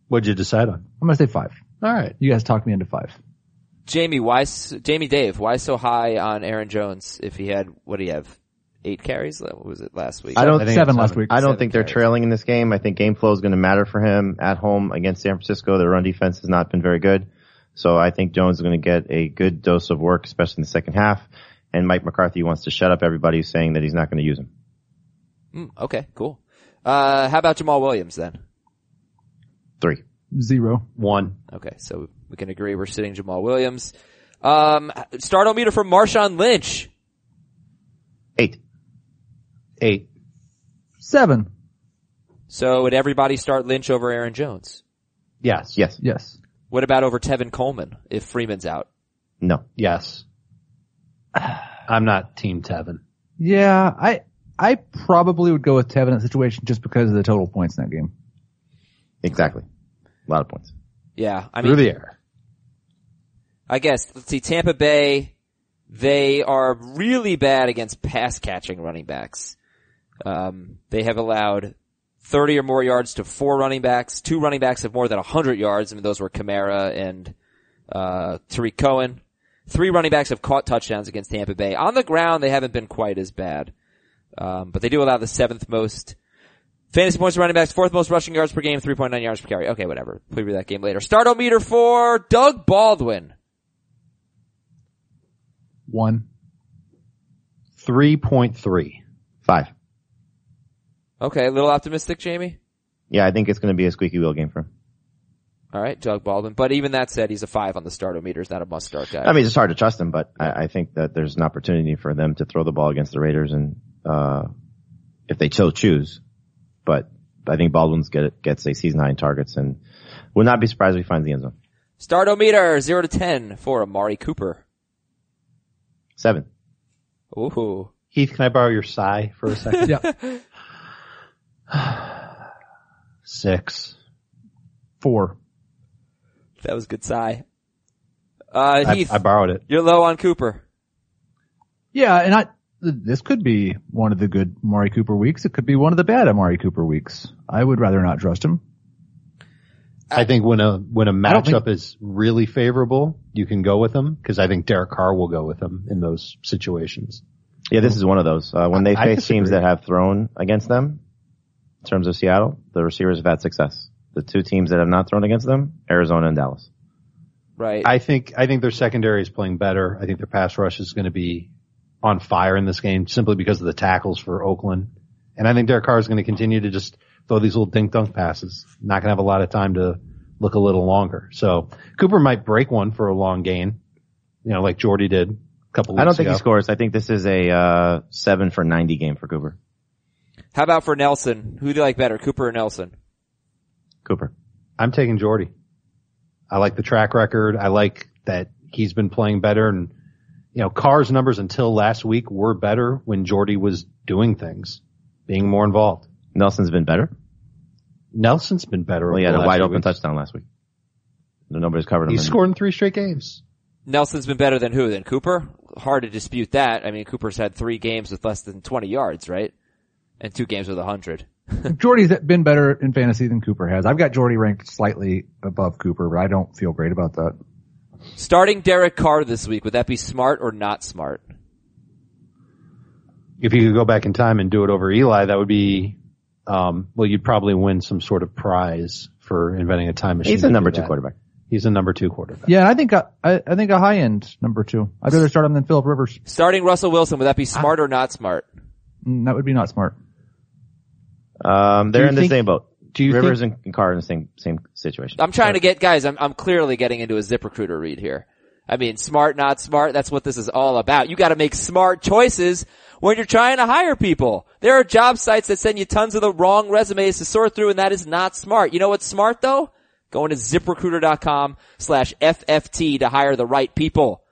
[SPEAKER 3] What'd you decide on?
[SPEAKER 4] I'm going to say five.
[SPEAKER 3] All right.
[SPEAKER 4] You guys talked me into five.
[SPEAKER 2] Jamie, why, s- Jamie Dave, why so high on Aaron Jones if he had, what do you have? eight carries? What was it last week?
[SPEAKER 5] I don't
[SPEAKER 3] I
[SPEAKER 5] think
[SPEAKER 3] think
[SPEAKER 4] seven
[SPEAKER 3] it's
[SPEAKER 4] last
[SPEAKER 3] seven.
[SPEAKER 4] week.
[SPEAKER 5] I don't
[SPEAKER 2] seven
[SPEAKER 5] think they're
[SPEAKER 2] carries.
[SPEAKER 5] trailing in this game. I think game flow is going to matter for him at home against San Francisco. Their run defense has not been very good. So I think Jones is going to get a good dose of work, especially in the second half. And Mike McCarthy wants to shut up everybody who's saying that he's not going to use him.
[SPEAKER 2] Mm, okay, cool. Uh, how about Jamal Williams then?
[SPEAKER 5] Three.
[SPEAKER 4] zero.
[SPEAKER 3] One.
[SPEAKER 2] Okay, so we can agree we're sitting Jamal Williams. Um, start meter from Marshawn Lynch.
[SPEAKER 5] Eight.
[SPEAKER 3] Eight.
[SPEAKER 4] Seven.
[SPEAKER 2] So would everybody start Lynch over Aaron Jones?
[SPEAKER 3] Yes.
[SPEAKER 5] Yes.
[SPEAKER 4] Yes.
[SPEAKER 2] What about over Tevin Coleman if Freeman's out?
[SPEAKER 5] No.
[SPEAKER 3] Yes. I'm not team Tevin.
[SPEAKER 4] Yeah, I I probably would go with Tevin in that situation just because of the total points in that game.
[SPEAKER 5] Exactly. A lot of points.
[SPEAKER 2] Yeah, I
[SPEAKER 3] Through
[SPEAKER 2] mean,
[SPEAKER 3] the air.
[SPEAKER 2] I guess let's see. Tampa Bay, they are really bad against pass catching running backs. Um, they have allowed 30 or more yards to four running backs. Two running backs have more than 100 yards. I mean, those were Kamara and uh, Tariq Cohen. Three running backs have caught touchdowns against Tampa Bay. On the ground, they haven't been quite as bad, um, but they do allow the seventh most fantasy points to running backs, fourth most rushing yards per game, 3.9 yards per carry. Okay, whatever. We'll read that game later. Start meter for Doug Baldwin.
[SPEAKER 4] One.
[SPEAKER 3] 3.3.
[SPEAKER 5] Five.
[SPEAKER 2] Okay, a little optimistic, Jamie.
[SPEAKER 5] Yeah, I think it's going to be a squeaky wheel game for him.
[SPEAKER 2] All right, Doug Baldwin. But even that said, he's a five on the start meter. He's not a must start guy.
[SPEAKER 5] I mean, it's hard to trust them, but I, I think that there's an opportunity for them to throw the ball against the Raiders and, uh, if they so choose. But I think Baldwin's get, gets a season high in targets and would not be surprised if he finds the end zone.
[SPEAKER 2] start meter zero to ten for Amari Cooper.
[SPEAKER 5] Seven.
[SPEAKER 2] Ooh.
[SPEAKER 3] Heath, can I borrow your sigh for a second?
[SPEAKER 4] Yeah.
[SPEAKER 3] Six.
[SPEAKER 4] Four.
[SPEAKER 2] That was a good sigh. Uh
[SPEAKER 3] I,
[SPEAKER 2] Heath,
[SPEAKER 3] I borrowed it.
[SPEAKER 2] you're low on Cooper.
[SPEAKER 4] Yeah, and I this could be one of the good Amari Cooper weeks. It could be one of the bad Amari Cooper weeks. I would rather not trust him.
[SPEAKER 3] I think when a when a
[SPEAKER 4] don't think-
[SPEAKER 3] matchup is really favorable, you can go with them because I think Derek Carr will go with them in those situations.
[SPEAKER 5] Yeah, this is one of those. Uh, when they
[SPEAKER 3] I- I
[SPEAKER 5] face teams
[SPEAKER 3] disagree.
[SPEAKER 5] that have thrown against them, in terms of Seattle, the receivers have had success. The two teams that have not thrown against them, Arizona and Dallas.
[SPEAKER 2] Right.
[SPEAKER 3] I think I think their secondary is playing better. I think their pass rush is going to be on fire in this game simply because of the tackles for Oakland, and I think Derek Carr is going to continue to just throw these little dink dunk passes. Not going to have a lot of time to look a little longer. So Cooper might break one for a long gain, you know, like Jordy did a couple. Weeks
[SPEAKER 5] I don't think
[SPEAKER 3] ago.
[SPEAKER 5] he scores. I think this is a uh, seven for ninety game for Cooper.
[SPEAKER 2] How about for Nelson? Who do you like better, Cooper or Nelson?
[SPEAKER 5] Cooper.
[SPEAKER 3] I'm taking Jordy. I like the track record. I like that he's been playing better and you know, Carr's numbers until last week were better when Jordy was doing things, being more involved.
[SPEAKER 5] Nelson's been better.
[SPEAKER 3] Nelson's been better.
[SPEAKER 5] Well,
[SPEAKER 3] over
[SPEAKER 5] he had a
[SPEAKER 3] the last
[SPEAKER 5] wide
[SPEAKER 3] few
[SPEAKER 5] open
[SPEAKER 3] weeks.
[SPEAKER 5] touchdown last week. The numbers covered him.
[SPEAKER 3] He's
[SPEAKER 5] in-
[SPEAKER 3] scored in three straight games.
[SPEAKER 2] Nelson's been better than who? Than Cooper? Hard to dispute that. I mean, Cooper's had three games with less than 20 yards, right? And two games with 100.
[SPEAKER 4] Jordy's been better in fantasy than Cooper has. I've got Jordy ranked slightly above Cooper, but I don't feel great about that.
[SPEAKER 2] Starting Derek Carr this week, would that be smart or not smart?
[SPEAKER 3] If you could go back in time and do it over Eli, that would be, um, well, you'd probably win some sort of prize for inventing a time machine.
[SPEAKER 5] He's
[SPEAKER 3] to
[SPEAKER 5] a
[SPEAKER 3] do
[SPEAKER 5] number two
[SPEAKER 3] that.
[SPEAKER 5] quarterback.
[SPEAKER 3] He's a number two quarterback.
[SPEAKER 4] Yeah, and I think a, I, I think a high end number two. I'd rather start him than Philip Rivers.
[SPEAKER 2] Starting Russell Wilson, would that be smart or not smart?
[SPEAKER 4] Mm, That would be not smart.
[SPEAKER 5] Um, they're
[SPEAKER 3] you
[SPEAKER 5] in the
[SPEAKER 3] think-
[SPEAKER 5] same boat.
[SPEAKER 3] do you
[SPEAKER 5] Rivers and, and Carr are in the same same situation.
[SPEAKER 2] I'm trying to get guys. I'm I'm clearly getting into a ZipRecruiter read here. I mean, smart, not smart. That's what this is all about. You got to make smart choices when you're trying to hire people. There are job sites that send you tons of the wrong resumes to sort through, and that is not smart. You know what's smart though? Going to ZipRecruiter.com slash FFT to hire the right people.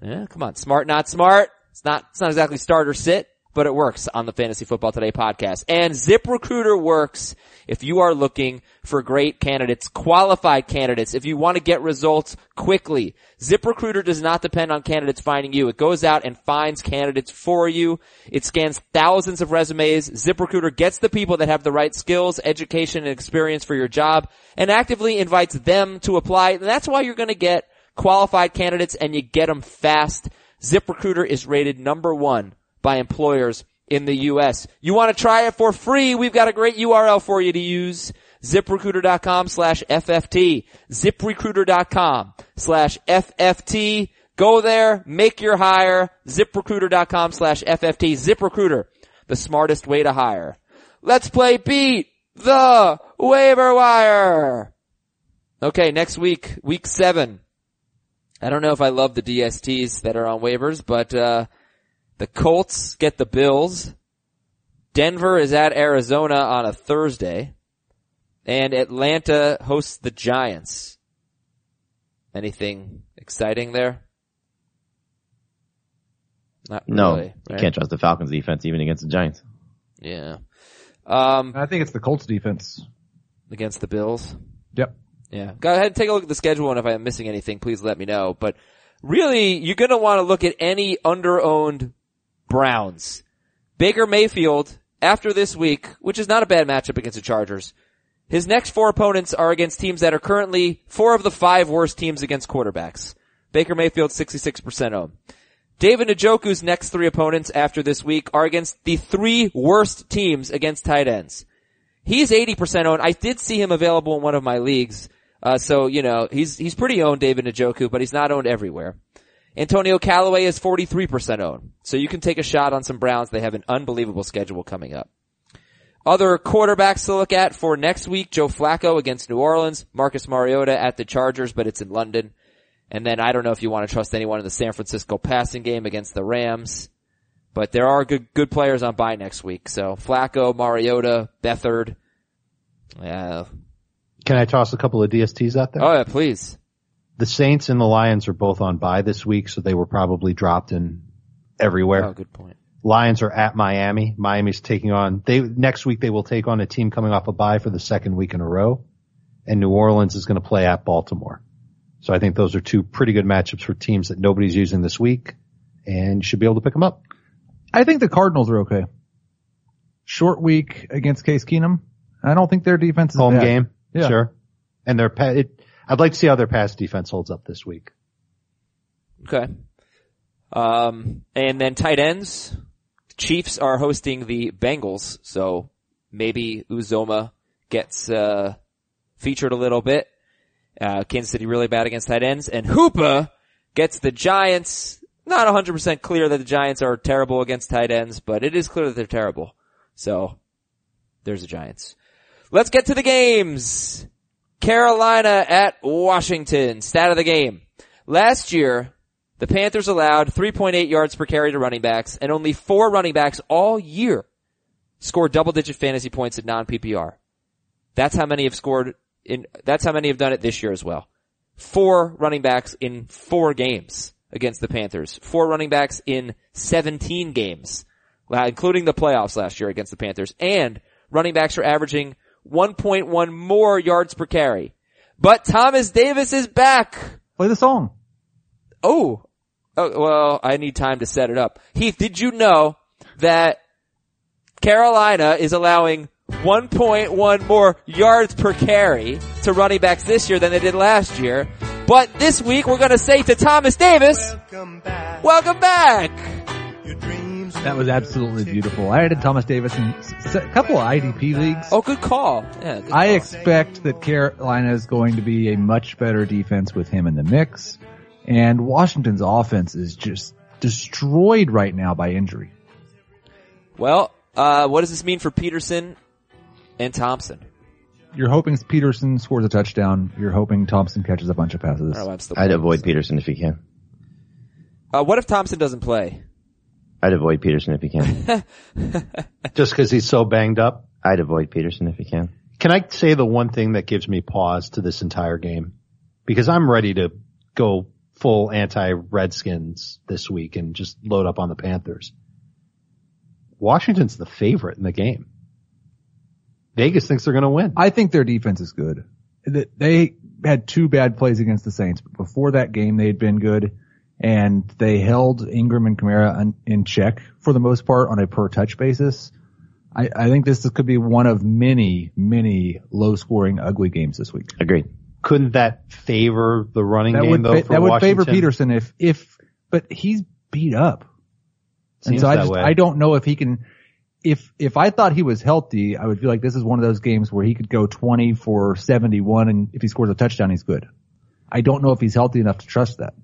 [SPEAKER 2] Yeah, come on, smart, not smart. It's not, it's not exactly start or sit, but it works on the Fantasy Football Today podcast. And ZipRecruiter works if you are looking for great candidates, qualified candidates, if you want to get results quickly. ZipRecruiter does not depend on candidates finding you. It goes out and finds candidates for you. It scans thousands of resumes. ZipRecruiter gets the people that have the right skills, education, and experience for your job and actively invites them to apply. And that's why you're going to get qualified candidates and you get them fast. ZipRecruiter is rated number one by employers in the U.S. You want to try it for free? We've got a great URL for you to use. ZipRecruiter.com slash FFT. ZipRecruiter.com slash FFT. Go there, make your hire. ZipRecruiter.com slash FFT. ZipRecruiter, the smartest way to hire. Let's play beat the waiver wire. Okay, next week, week seven. I don't know if I love the DSTs that are on waivers, but uh, the Colts get the Bills. Denver is at Arizona on a Thursday, and Atlanta hosts the Giants. Anything exciting there? Not
[SPEAKER 5] No,
[SPEAKER 2] really.
[SPEAKER 5] you
[SPEAKER 2] right?
[SPEAKER 5] can't trust the Falcons defense even against the Giants.
[SPEAKER 2] Yeah. Um,
[SPEAKER 4] I think it's the Colts defense.
[SPEAKER 2] against the Bills.
[SPEAKER 4] Yep.
[SPEAKER 2] Yeah. Go ahead and take a look at the schedule and if I'm missing anything, please let me know. But really, you're gonna wanna look at any under-owned Browns. Baker Mayfield, after this week, which is not a bad matchup against the Chargers, his next four opponents are against teams that are currently four of the five worst teams against quarterbacks. Baker Mayfield, 66% owned. David Njoku's next three opponents after this week are against the three worst teams against tight ends. He's 80% owned. I did see him available in one of my leagues. Uh, so, you know, he's, he's pretty owned David Njoku, but he's not owned everywhere. Antonio Callaway is 43% owned. So you can take a shot on some Browns. They have an unbelievable schedule coming up. Other quarterbacks to look at for next week, Joe Flacco against New Orleans, Marcus Mariota at the Chargers, but it's in London. And then I don't know if you want to trust anyone in the San Francisco passing game against the Rams, but there are good, good players on bye next week. So Flacco, Mariota, Bethard, yeah.
[SPEAKER 3] Can I toss a couple of DSTs out there?
[SPEAKER 2] Oh yeah, please.
[SPEAKER 3] the Saints and the Lions are both on bye this week, so they were probably dropped in everywhere.
[SPEAKER 2] Oh, good point.
[SPEAKER 3] Lions are at Miami. Miami's taking on they next week they will take on a team coming off a bye for the second week in a row. And New Orleans is going to play at Baltimore. So I think those are two pretty good matchups for teams that nobody's using this week and you should be able to pick them up.
[SPEAKER 4] I think the Cardinals are okay. Short week against Case Keenum. I don't think their defense is
[SPEAKER 3] Home
[SPEAKER 4] bad.
[SPEAKER 3] game.
[SPEAKER 4] Yeah.
[SPEAKER 3] Sure. And their pa- it, I'd like to see how their pass defense holds up this week.
[SPEAKER 2] Okay. Um, and then tight ends. The Chiefs are hosting the Bengals, so maybe Uzoma gets uh, featured a little bit. Uh, Kansas City really bad against tight ends, and Hoopa gets the Giants. Not 100% clear that the Giants are terrible against tight ends, but it is clear that they're terrible. So there's the Giants. Let's get to the games. Carolina at Washington. Stat of the game. Last year, the Panthers allowed 3.8 yards per carry to running backs and only four running backs all year scored double digit fantasy points in non-PPR. That's how many have scored in, that's how many have done it this year as well. Four running backs in four games against the Panthers. Four running backs in 17 games, la- including the playoffs last year against the Panthers. And running backs are averaging 1.1 more yards per carry. But Thomas Davis is back.
[SPEAKER 4] Play the song.
[SPEAKER 2] Oh, oh well, I need time to set it up. Heath, did you know that Carolina is allowing 1.1 more yards per carry to running backs this year than they did last year? But this week we're going to say to Thomas Davis,
[SPEAKER 6] Welcome back.
[SPEAKER 2] welcome back.
[SPEAKER 6] Your dreams
[SPEAKER 4] That was absolutely beautiful. I added Thomas Davis in s- a couple of IDP leagues.
[SPEAKER 2] Oh, good call. Yeah, good
[SPEAKER 4] I
[SPEAKER 2] call.
[SPEAKER 4] expect that Carolina is going to be a much better defense with him in the mix. And Washington's offense is just destroyed right now by injury.
[SPEAKER 2] well, uh, what does this mean for Peterson and Thompson?
[SPEAKER 4] You're hoping Peterson scores a touchdown. You're hoping Thompson catches a bunch of passes.
[SPEAKER 2] I don't know, I'm still
[SPEAKER 5] I'd
[SPEAKER 2] playing.
[SPEAKER 5] avoid Peterson if you can.
[SPEAKER 2] Uh, what if Thompson doesn't play?
[SPEAKER 5] I'd avoid Peterson if you can.
[SPEAKER 3] Just cause he's so banged up.
[SPEAKER 5] I'd avoid Peterson if you can.
[SPEAKER 3] Can I say the one thing that gives me pause to this entire game? Because I'm ready to go full anti-Redskins this week and just load up on the Panthers. Washington's the favorite in the game. Vegas thinks they're going to win.
[SPEAKER 4] I think their defense is good. Th- They had two bad plays against the Saints, but before that game, they had been good, and they held Ingram and Kamara un- in check for the most part on a per touch basis. I, I think this could be one of many, many low scoring, ugly games this week.
[SPEAKER 5] Agreed.
[SPEAKER 3] Couldn't that favor the running
[SPEAKER 4] That
[SPEAKER 3] game
[SPEAKER 4] would
[SPEAKER 3] though?
[SPEAKER 4] fa-
[SPEAKER 3] for
[SPEAKER 4] that would favor
[SPEAKER 3] Washington?
[SPEAKER 4] Peterson if if, but he's beat up, and
[SPEAKER 3] Seems
[SPEAKER 4] so I
[SPEAKER 3] that
[SPEAKER 4] just
[SPEAKER 3] way.
[SPEAKER 4] I don't know if he can. if if I thought he was healthy, I would feel like this is one of those games where he could go 20 for 71, and if he scores a touchdown, he's good. I don't know if he's healthy enough to trust that.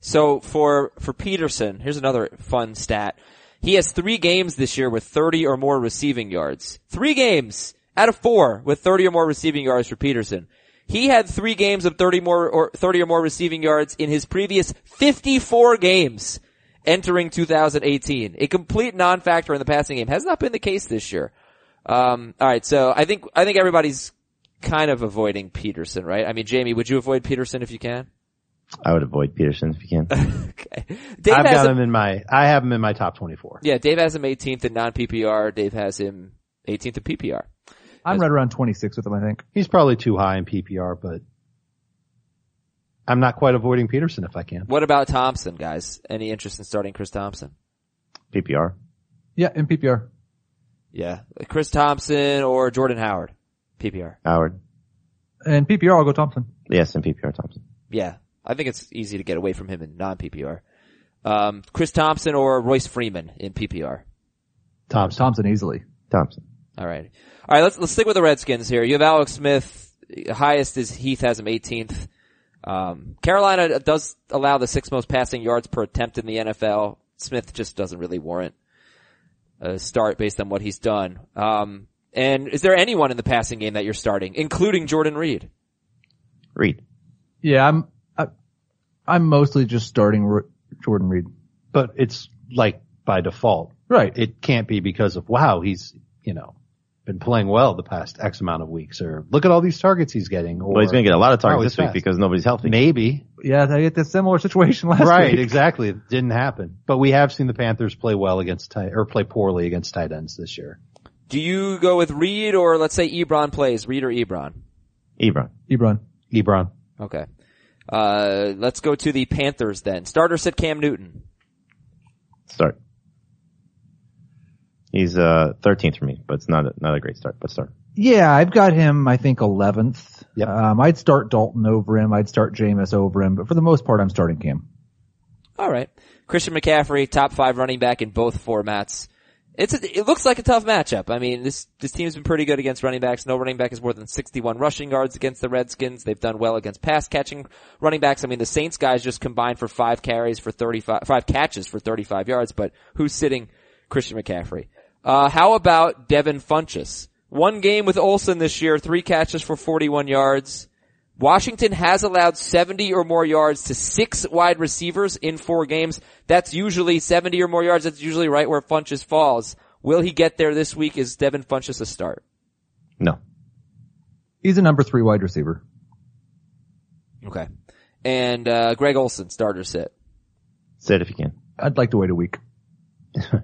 [SPEAKER 2] So for for Peterson, here's another fun stat. He has three games this year with 30 or more receiving yards. Three games out of four with 30 or more receiving yards for Peterson. He had three games of 30 more or 30 or more receiving yards in his previous 54 games entering 2018. A complete non-factor in the passing game has not been the case this year. Um, all right, so I think I think everybody's kind of avoiding Peterson, right? I mean, Jamie, would you avoid Peterson if you can?
[SPEAKER 5] I would avoid Peterson if you can.
[SPEAKER 2] okay. Dave
[SPEAKER 3] I've
[SPEAKER 2] has
[SPEAKER 3] got
[SPEAKER 2] him,
[SPEAKER 3] him in my, I have him in my top 24.
[SPEAKER 2] Yeah, Dave has him 18th in non PPR. Dave has him 18th in PPR.
[SPEAKER 4] I'm right around 26 with him, I think.
[SPEAKER 3] He's probably too high in PPR, but I'm not quite avoiding Peterson if I can.
[SPEAKER 2] What about Thompson, guys? Any interest in starting Chris Thompson?
[SPEAKER 5] PPR.
[SPEAKER 4] Yeah, in PPR.
[SPEAKER 2] Yeah, Chris Thompson or Jordan Howard, PPR.
[SPEAKER 5] Howard.
[SPEAKER 4] And PPR, I'll go Thompson.
[SPEAKER 5] Yes, and PPR Thompson.
[SPEAKER 2] Yeah, I think it's easy to get away from him in non PPR. Um, Chris Thompson or Royce Freeman in PPR.
[SPEAKER 3] Thompson.
[SPEAKER 4] Thompson easily.
[SPEAKER 5] Thompson.
[SPEAKER 2] All right, all right. Let's let's stick with the Redskins here. You have Alex Smith. Highest is Heath has him 18th. Um, Carolina does allow the six most passing yards per attempt in the NFL. Smith just doesn't really warrant a start based on what he's done. Um, and is there anyone in the passing game that you're starting, including Jordan Reed?
[SPEAKER 5] Reed.
[SPEAKER 4] Yeah, I'm, I, I'm mostly just starting R- Jordan Reed.
[SPEAKER 3] But it's like by default.
[SPEAKER 4] Right.
[SPEAKER 3] It can't be because of, wow, he's, you know, been playing well the past X amount of weeks or look at all these targets he's getting. Or
[SPEAKER 5] Well, he's going to get a lot of targets
[SPEAKER 3] Probably
[SPEAKER 5] this week
[SPEAKER 3] fast.
[SPEAKER 5] because nobody's healthy.
[SPEAKER 3] maybe.
[SPEAKER 4] yeah, I get this similar situation last
[SPEAKER 3] right,
[SPEAKER 4] week.
[SPEAKER 3] exactly. It didn't happen. But we have seen the Panthers play well against tight, or play poorly against tight ends this year.
[SPEAKER 2] Do you go with Reed or let's say Ebron plays Reed or Ebron?
[SPEAKER 5] Ebron.
[SPEAKER 4] Ebron.
[SPEAKER 3] Ebron.
[SPEAKER 2] Okay. Uh, let's go to the Panthers then. Starter said Cam Newton.
[SPEAKER 5] Start. He's uh 13th for me, but it's not a, not a great start, but start.
[SPEAKER 4] Yeah, I've got him, I think, 11th.
[SPEAKER 3] Yep.
[SPEAKER 4] Um, I'd start Dalton over him. I'd start Jameis over him. But for the most part, I'm starting Cam.
[SPEAKER 2] All right. Christian McCaffrey, top five running back in both formats. It's a, it looks like a tough matchup. I mean, this this team's been pretty good against running backs. No running back is more than 61 rushing yards against the Redskins. They've done well against pass catching running backs. I mean, the Saints guys just combined for five carries for 35 five catches for 35 yards, but who's sitting Christian McCaffrey? Uh how about Devin Funchess? One game with Olson this year, three catches for 41 yards. Washington has allowed 70 or more yards to six wide receivers in four games. That's usually 70 or more yards. That's usually right where Funches falls. Will he get there this week? Is Devin Funches a start?
[SPEAKER 5] No.
[SPEAKER 4] He's a number three wide receiver.
[SPEAKER 2] Okay. And, uh, Greg Olson, starter sit.
[SPEAKER 5] Sit if you can.
[SPEAKER 4] I'd like to wait a week.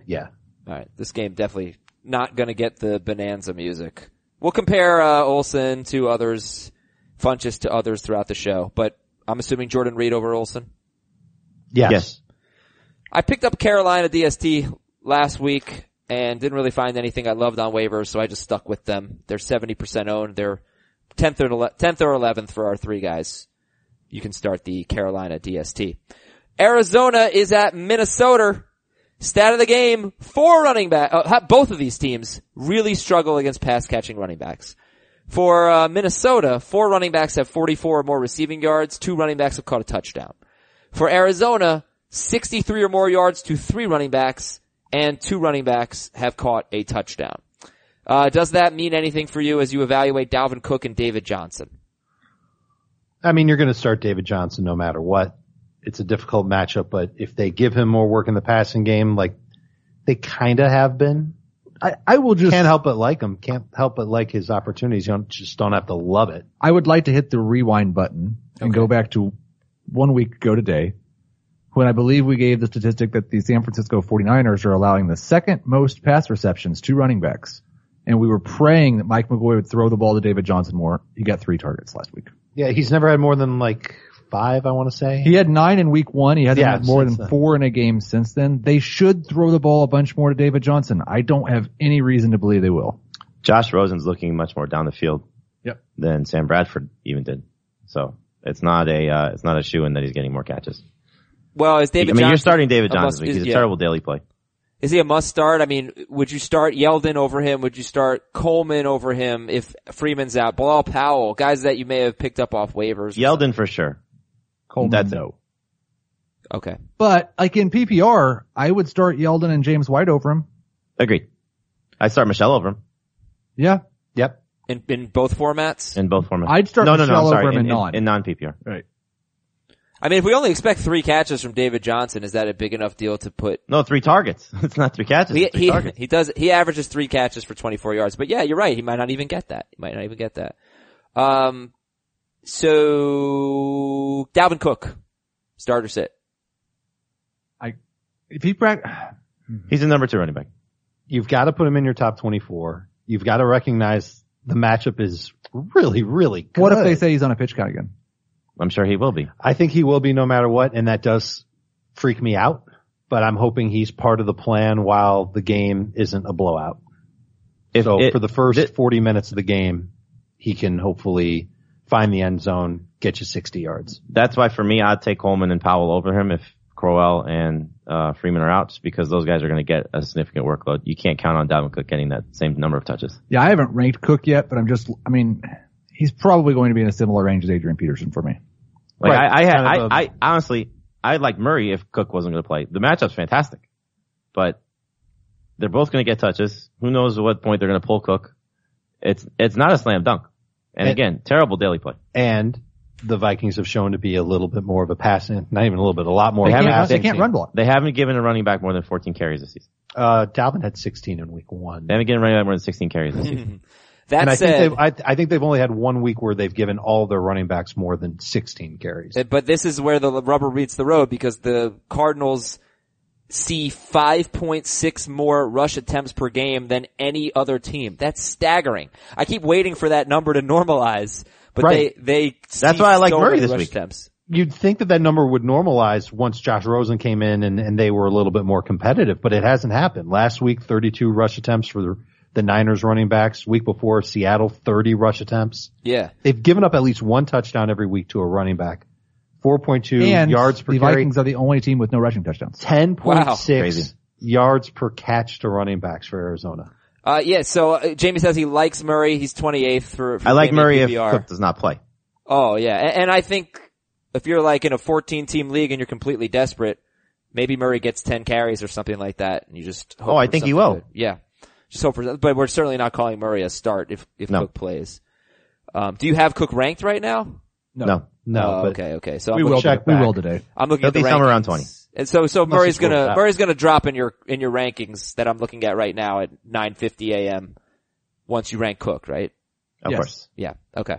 [SPEAKER 3] Yeah.
[SPEAKER 2] Alright. This game definitely not gonna get the bonanza music. We'll compare, uh, Olson to others, Funches to others throughout the show, but I'm assuming Jordan Reed over Olson.
[SPEAKER 3] Yes.
[SPEAKER 5] Yes.
[SPEAKER 2] I picked up Carolina DST last week and didn't really find anything I loved on waivers, so I just stuck with them. They're 70% owned. They're 10th or, ele- 10th or 11th for our three guys. You can start the Carolina DST. Arizona is at Minnesota. Stat of the game, four running back, uh, ha- both of these teams really struggle against pass catching running backs. For uh, Minnesota, four running backs have 44 or more receiving yards, two running backs have caught a touchdown. For Arizona, 63 or more yards to three running backs, and two running backs have caught a touchdown. Uh, does that mean anything for you as you evaluate Dalvin Cook and David Johnson?
[SPEAKER 3] I mean, you're going to start David Johnson no matter what. It's a difficult matchup, but if they give him more work in the passing game, like they kind of have been,
[SPEAKER 4] I, I will just,
[SPEAKER 3] can't help but like him. Can't help but like his opportunities. You don't, just don't have to love it.
[SPEAKER 4] I would like to hit the rewind button and go back to one week ago today when I believe we gave the statistic that the San Francisco 49ers are allowing the second most pass receptions to running backs. And we were praying that Mike McGoy would throw the ball to David Johnson more. He got three targets last week.
[SPEAKER 3] Yeah, he's never had more than like five, I want to say.
[SPEAKER 4] He had nine in week one. He hasn't
[SPEAKER 3] Yeah,
[SPEAKER 4] had more
[SPEAKER 3] since
[SPEAKER 4] than
[SPEAKER 3] then.
[SPEAKER 4] four in a game since then. They should throw the ball a bunch more to David Johnson. I don't have any reason to believe they will.
[SPEAKER 5] Josh Rosen's looking much more down the field
[SPEAKER 4] Yep.
[SPEAKER 5] than Sam Bradford even did. So it's not a uh, it's not a shoe in that he's getting more catches.
[SPEAKER 2] Well, is David
[SPEAKER 5] I mean,
[SPEAKER 2] Johnson,
[SPEAKER 5] you're starting David
[SPEAKER 2] unless-
[SPEAKER 5] Johnson. He's
[SPEAKER 2] is-
[SPEAKER 5] a
[SPEAKER 2] yeah.
[SPEAKER 5] terrible daily play.
[SPEAKER 2] Is he a must start? I mean, would you start Yeldon over him? Would you start Coleman over him if Freeman's out? Bilal Powell, guys that you may have picked up off waivers.
[SPEAKER 5] Yeldon for sure.
[SPEAKER 4] Coleman.
[SPEAKER 5] That's it.
[SPEAKER 2] Okay.
[SPEAKER 4] But like in PPR, I would start Yeldon and James White over him.
[SPEAKER 5] Agreed. I start Michelle over him
[SPEAKER 4] Yeah.
[SPEAKER 3] Yep.
[SPEAKER 2] In, in both formats?
[SPEAKER 5] in both formats.
[SPEAKER 4] I'd start
[SPEAKER 5] no, no, no,
[SPEAKER 4] Michelle
[SPEAKER 5] I'm sorry.
[SPEAKER 4] over him
[SPEAKER 5] in,
[SPEAKER 4] and non.
[SPEAKER 5] in non-PPR.
[SPEAKER 2] I mean, if we only expect three catches from David Johnson, is that a big enough deal to put
[SPEAKER 5] No, three targets. It's not three catches.
[SPEAKER 2] he,
[SPEAKER 5] it's three
[SPEAKER 2] he,
[SPEAKER 5] targets.
[SPEAKER 2] he does, he averages three catches for 24 yards. But yeah, you're right. He might not even get that. He might not even get that. Um, so Dalvin Cook, starter sit.
[SPEAKER 4] If he prac-
[SPEAKER 5] He's a number two running back.
[SPEAKER 3] You've got to put him in your top 24. You've got to recognize the matchup is really, really good.
[SPEAKER 4] what if they say he's on a pitch count again?
[SPEAKER 5] I'm sure he will be.
[SPEAKER 3] I think he will be no matter what, and that does freak me out. But I'm hoping he's part of the plan while the game isn't a blowout.
[SPEAKER 5] If
[SPEAKER 3] So
[SPEAKER 5] it-
[SPEAKER 3] for the first
[SPEAKER 5] thi-
[SPEAKER 3] 40 minutes of the game, he can hopefully find the end zone, get you 60 yards.
[SPEAKER 5] that's why for me, I'd take Coleman and Powell over him if Crowell and uh, Freeman are out, just because those guys are going to get a significant workload. You can't count on Dalvin Cook getting that same number of touches.
[SPEAKER 4] Yeah, I haven't ranked Cook yet, but I'm just, I mean, he's probably going to be in a similar range as Adrian Peterson for me.
[SPEAKER 5] Like
[SPEAKER 3] Right.
[SPEAKER 5] I, I had,
[SPEAKER 3] Kind of
[SPEAKER 5] I, I honestly, I'd like Murray if Cook wasn't going to play. The matchup's fantastic, but they're both going to get touches. Who knows at what point they're going to pull Cook? It's it's not a slam dunk. And
[SPEAKER 3] It-
[SPEAKER 5] again, terrible daily play.
[SPEAKER 3] And the Vikings have shown to be a little bit more of a passing, not even a little bit, a lot more
[SPEAKER 4] They
[SPEAKER 3] of a
[SPEAKER 5] haven't-
[SPEAKER 4] can't,
[SPEAKER 3] passing
[SPEAKER 4] they can't
[SPEAKER 3] team.
[SPEAKER 4] run block.
[SPEAKER 5] They haven't given a running back more than 14 carries this season.
[SPEAKER 3] Uh, Dalvin had 16 in week one.
[SPEAKER 5] They haven't given a running back more than 16 carries this season.
[SPEAKER 2] That
[SPEAKER 3] and I
[SPEAKER 2] said,
[SPEAKER 3] think, they've, I, I think they've only had one week where they've given all their running backs more than 16 carries.
[SPEAKER 2] Uh, But this is where the rubber meets the road because the Cardinals see 5.6 more rush attempts per game than any other team. That's staggering. I keep waiting for that number to normalize, but
[SPEAKER 3] Right.
[SPEAKER 2] they, they,
[SPEAKER 5] That's
[SPEAKER 2] see
[SPEAKER 5] why I like
[SPEAKER 2] so
[SPEAKER 5] Murray
[SPEAKER 2] many
[SPEAKER 5] this
[SPEAKER 2] rush
[SPEAKER 5] week.
[SPEAKER 2] Attempts.
[SPEAKER 3] You'd think that that number would normalize once Josh Rosen came in and, and they were a little bit more competitive, but it hasn't happened. Last week, 32 rush attempts for the, the Niners running backs. Week before, Seattle, 30 rush attempts.
[SPEAKER 2] Yeah.
[SPEAKER 3] They've given up at least one touchdown every week to a running back. 4.2
[SPEAKER 4] And
[SPEAKER 3] yards per
[SPEAKER 4] the
[SPEAKER 3] carry.
[SPEAKER 4] Vikings are the only team with no rushing touchdowns.
[SPEAKER 3] 10.6
[SPEAKER 5] Crazy.
[SPEAKER 3] yards per catch to running backs for Arizona.
[SPEAKER 2] Uh, yeah, so uh, Jamie says he likes Murray. He's 28th for, for
[SPEAKER 5] I like
[SPEAKER 2] Jamie
[SPEAKER 5] Murray if
[SPEAKER 2] PPR.
[SPEAKER 5] Cook does not play.
[SPEAKER 2] Oh yeah, and, and I think if you're like in a 14 team league and you're completely desperate, maybe Murray gets 10 carries or something like that, and you just hope
[SPEAKER 5] Oh, I
[SPEAKER 2] for
[SPEAKER 5] think he
[SPEAKER 2] something
[SPEAKER 5] will.
[SPEAKER 2] good. Yeah, just hope for. But we're certainly not calling Murray a start if if
[SPEAKER 5] No.
[SPEAKER 2] Cook plays. Um, do you have Cook ranked right now?
[SPEAKER 5] No.
[SPEAKER 3] No,
[SPEAKER 5] Uh,
[SPEAKER 2] Oh,
[SPEAKER 3] but
[SPEAKER 2] okay, okay. So
[SPEAKER 4] We
[SPEAKER 2] I'm,
[SPEAKER 4] will,
[SPEAKER 2] looking,
[SPEAKER 3] check
[SPEAKER 4] today. we
[SPEAKER 3] back.
[SPEAKER 4] will today.
[SPEAKER 2] I'm looking
[SPEAKER 5] He'll
[SPEAKER 2] at the
[SPEAKER 5] be somewhere around
[SPEAKER 2] rankings.
[SPEAKER 5] 20.
[SPEAKER 2] And so, so
[SPEAKER 3] Unless
[SPEAKER 2] Murray's
[SPEAKER 3] it's ruled
[SPEAKER 2] gonna
[SPEAKER 3] out.
[SPEAKER 2] Murray's gonna drop in your in your rankings that I'm looking at right now at 9:50 a.m. Once you rank Cook, right?
[SPEAKER 5] Of
[SPEAKER 4] Yes.
[SPEAKER 5] course.
[SPEAKER 2] Yeah. Okay.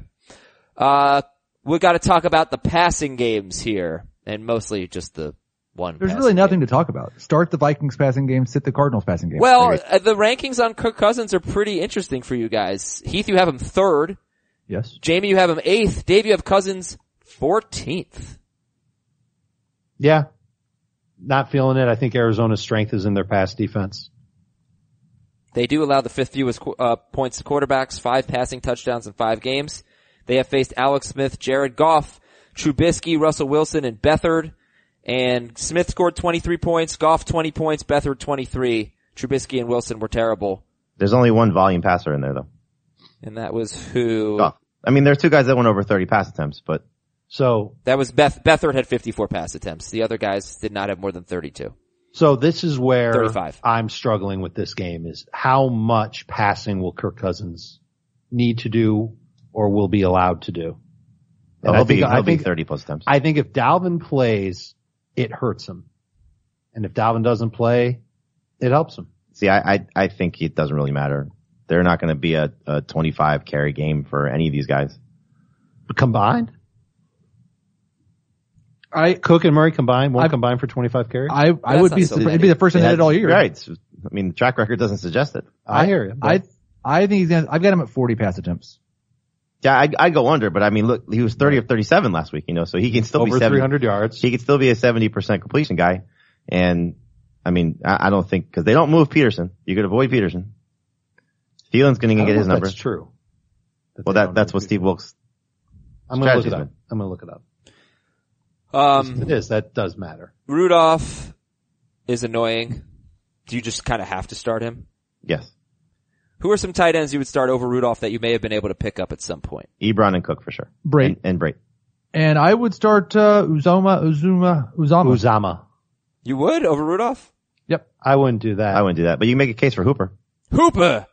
[SPEAKER 2] Uh, we got to talk about the passing games here, and mostly just the one.
[SPEAKER 4] There's
[SPEAKER 2] passing
[SPEAKER 4] really nothing
[SPEAKER 2] game.
[SPEAKER 4] to talk about. Start the Vikings passing game, sit the Cardinals passing game.
[SPEAKER 2] Well,
[SPEAKER 4] Agreed.
[SPEAKER 2] uh, the rankings on Kirk Cousins are pretty interesting for you guys. Heath, you have him third.
[SPEAKER 4] yes.
[SPEAKER 2] Jamie, you have him eighth. Dave, you have Cousins fourteenth.
[SPEAKER 3] yeah, not feeling it. I think Arizona's strength is in their pass defense.
[SPEAKER 2] They do allow the fifth fewest qu- uh, points to quarterbacks, five passing touchdowns in five games. They have faced Alex Smith, Jared Goff, Trubisky, Russell Wilson, and Bethard. And Smith scored 23 points, Goff 20 points, Bethard 23. Trubisky and Wilson were terrible.
[SPEAKER 5] There's only one volume passer in there though.
[SPEAKER 2] And that was who?
[SPEAKER 5] Goff. I mean, there are two guys that went over 30 pass attempts, but
[SPEAKER 3] So
[SPEAKER 2] That was Beth, Bethard had 54 pass attempts. The other guys did not have more than 32.
[SPEAKER 3] So this is where
[SPEAKER 2] 35.
[SPEAKER 3] I'm struggling with this game is how much passing will Kirk Cousins need to do or will be allowed to do?
[SPEAKER 5] he'll,
[SPEAKER 3] And I think,
[SPEAKER 5] be,
[SPEAKER 3] I
[SPEAKER 5] he'll be
[SPEAKER 3] think,
[SPEAKER 5] 30 plus attempts.
[SPEAKER 3] I think if Dalvin plays, it hurts him. And if Dalvin doesn't play, it helps him.
[SPEAKER 5] See, I, I, I think it doesn't really matter. They're not going to be a, a 25 carry game for any of these guys.
[SPEAKER 3] Combined?
[SPEAKER 4] I,
[SPEAKER 3] Cook and Murray combined? One
[SPEAKER 4] I-
[SPEAKER 3] combined for 25 carries? I,
[SPEAKER 4] I, I
[SPEAKER 2] That's
[SPEAKER 4] would
[SPEAKER 2] not
[SPEAKER 4] be,
[SPEAKER 2] so
[SPEAKER 4] surprised-
[SPEAKER 2] bad.
[SPEAKER 4] it'd be the first time they did all year.
[SPEAKER 5] Right. It's- I mean, the track record doesn't suggest it.
[SPEAKER 3] hear you. but
[SPEAKER 4] I, I think he's gonna, I've got him at 40 pass attempts.
[SPEAKER 5] Yeah, I, I go under, but I mean, look, he was 30 of 37 last week, you know, so he can still
[SPEAKER 3] over
[SPEAKER 5] be 70,
[SPEAKER 3] 300 yards.
[SPEAKER 5] he could still be a 70% completion guy. And I mean, I, I don't think, cause they don't move Peterson. You could avoid Peterson. Thielen's going
[SPEAKER 3] I
[SPEAKER 5] to
[SPEAKER 3] don't
[SPEAKER 5] get
[SPEAKER 3] know
[SPEAKER 5] his
[SPEAKER 3] if
[SPEAKER 5] number.
[SPEAKER 3] That's true.
[SPEAKER 5] Well,
[SPEAKER 3] they
[SPEAKER 5] that,
[SPEAKER 3] don't
[SPEAKER 5] that's
[SPEAKER 3] know
[SPEAKER 5] what
[SPEAKER 3] who-
[SPEAKER 5] Steve Wilkes,
[SPEAKER 3] I'm going to look it
[SPEAKER 5] strategies
[SPEAKER 3] up.
[SPEAKER 5] mean.
[SPEAKER 3] I'm going to look it up.
[SPEAKER 2] Um,
[SPEAKER 5] Um,
[SPEAKER 3] It is. That does matter.
[SPEAKER 2] Rudolph is annoying. do you just kind of have to start him?
[SPEAKER 5] Yes.
[SPEAKER 2] Who are some tight ends you would start over Rudolph that you may have been able to pick up at some point?
[SPEAKER 5] Ebron and Cook for sure.
[SPEAKER 4] Brait.
[SPEAKER 5] And, and Brait.
[SPEAKER 4] And I would start uh, Uzoma, Uzuma, Uzama.
[SPEAKER 3] Uzama.
[SPEAKER 2] You would over Rudolph?
[SPEAKER 3] I wouldn't do that.
[SPEAKER 5] I wouldn't do that, but you can make a case for Hooper.
[SPEAKER 2] Hooper!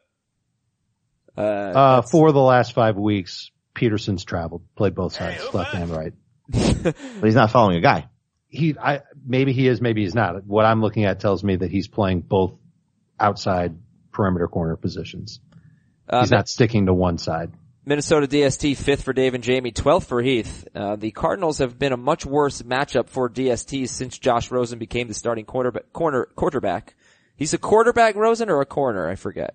[SPEAKER 2] Uh,
[SPEAKER 3] Uh,
[SPEAKER 2] that's-
[SPEAKER 3] for the last five weeks, Peterson's traveled, played both sides, left and right.
[SPEAKER 5] But he's not following a guy.
[SPEAKER 3] He, I, maybe he is, maybe he's not. What I'm looking at tells me that he's playing both outside perimeter corner positions.
[SPEAKER 2] uh,
[SPEAKER 3] he's not sticking to one side.
[SPEAKER 2] Minnesota DST, fifth for Dave and Jamie, 12th for Heath. Uh, the Cardinals have been a much worse matchup for DST since Josh Rosen became the starting quarterback, corner, quarterback. He's a quarterback Rosen or a corner? I forget.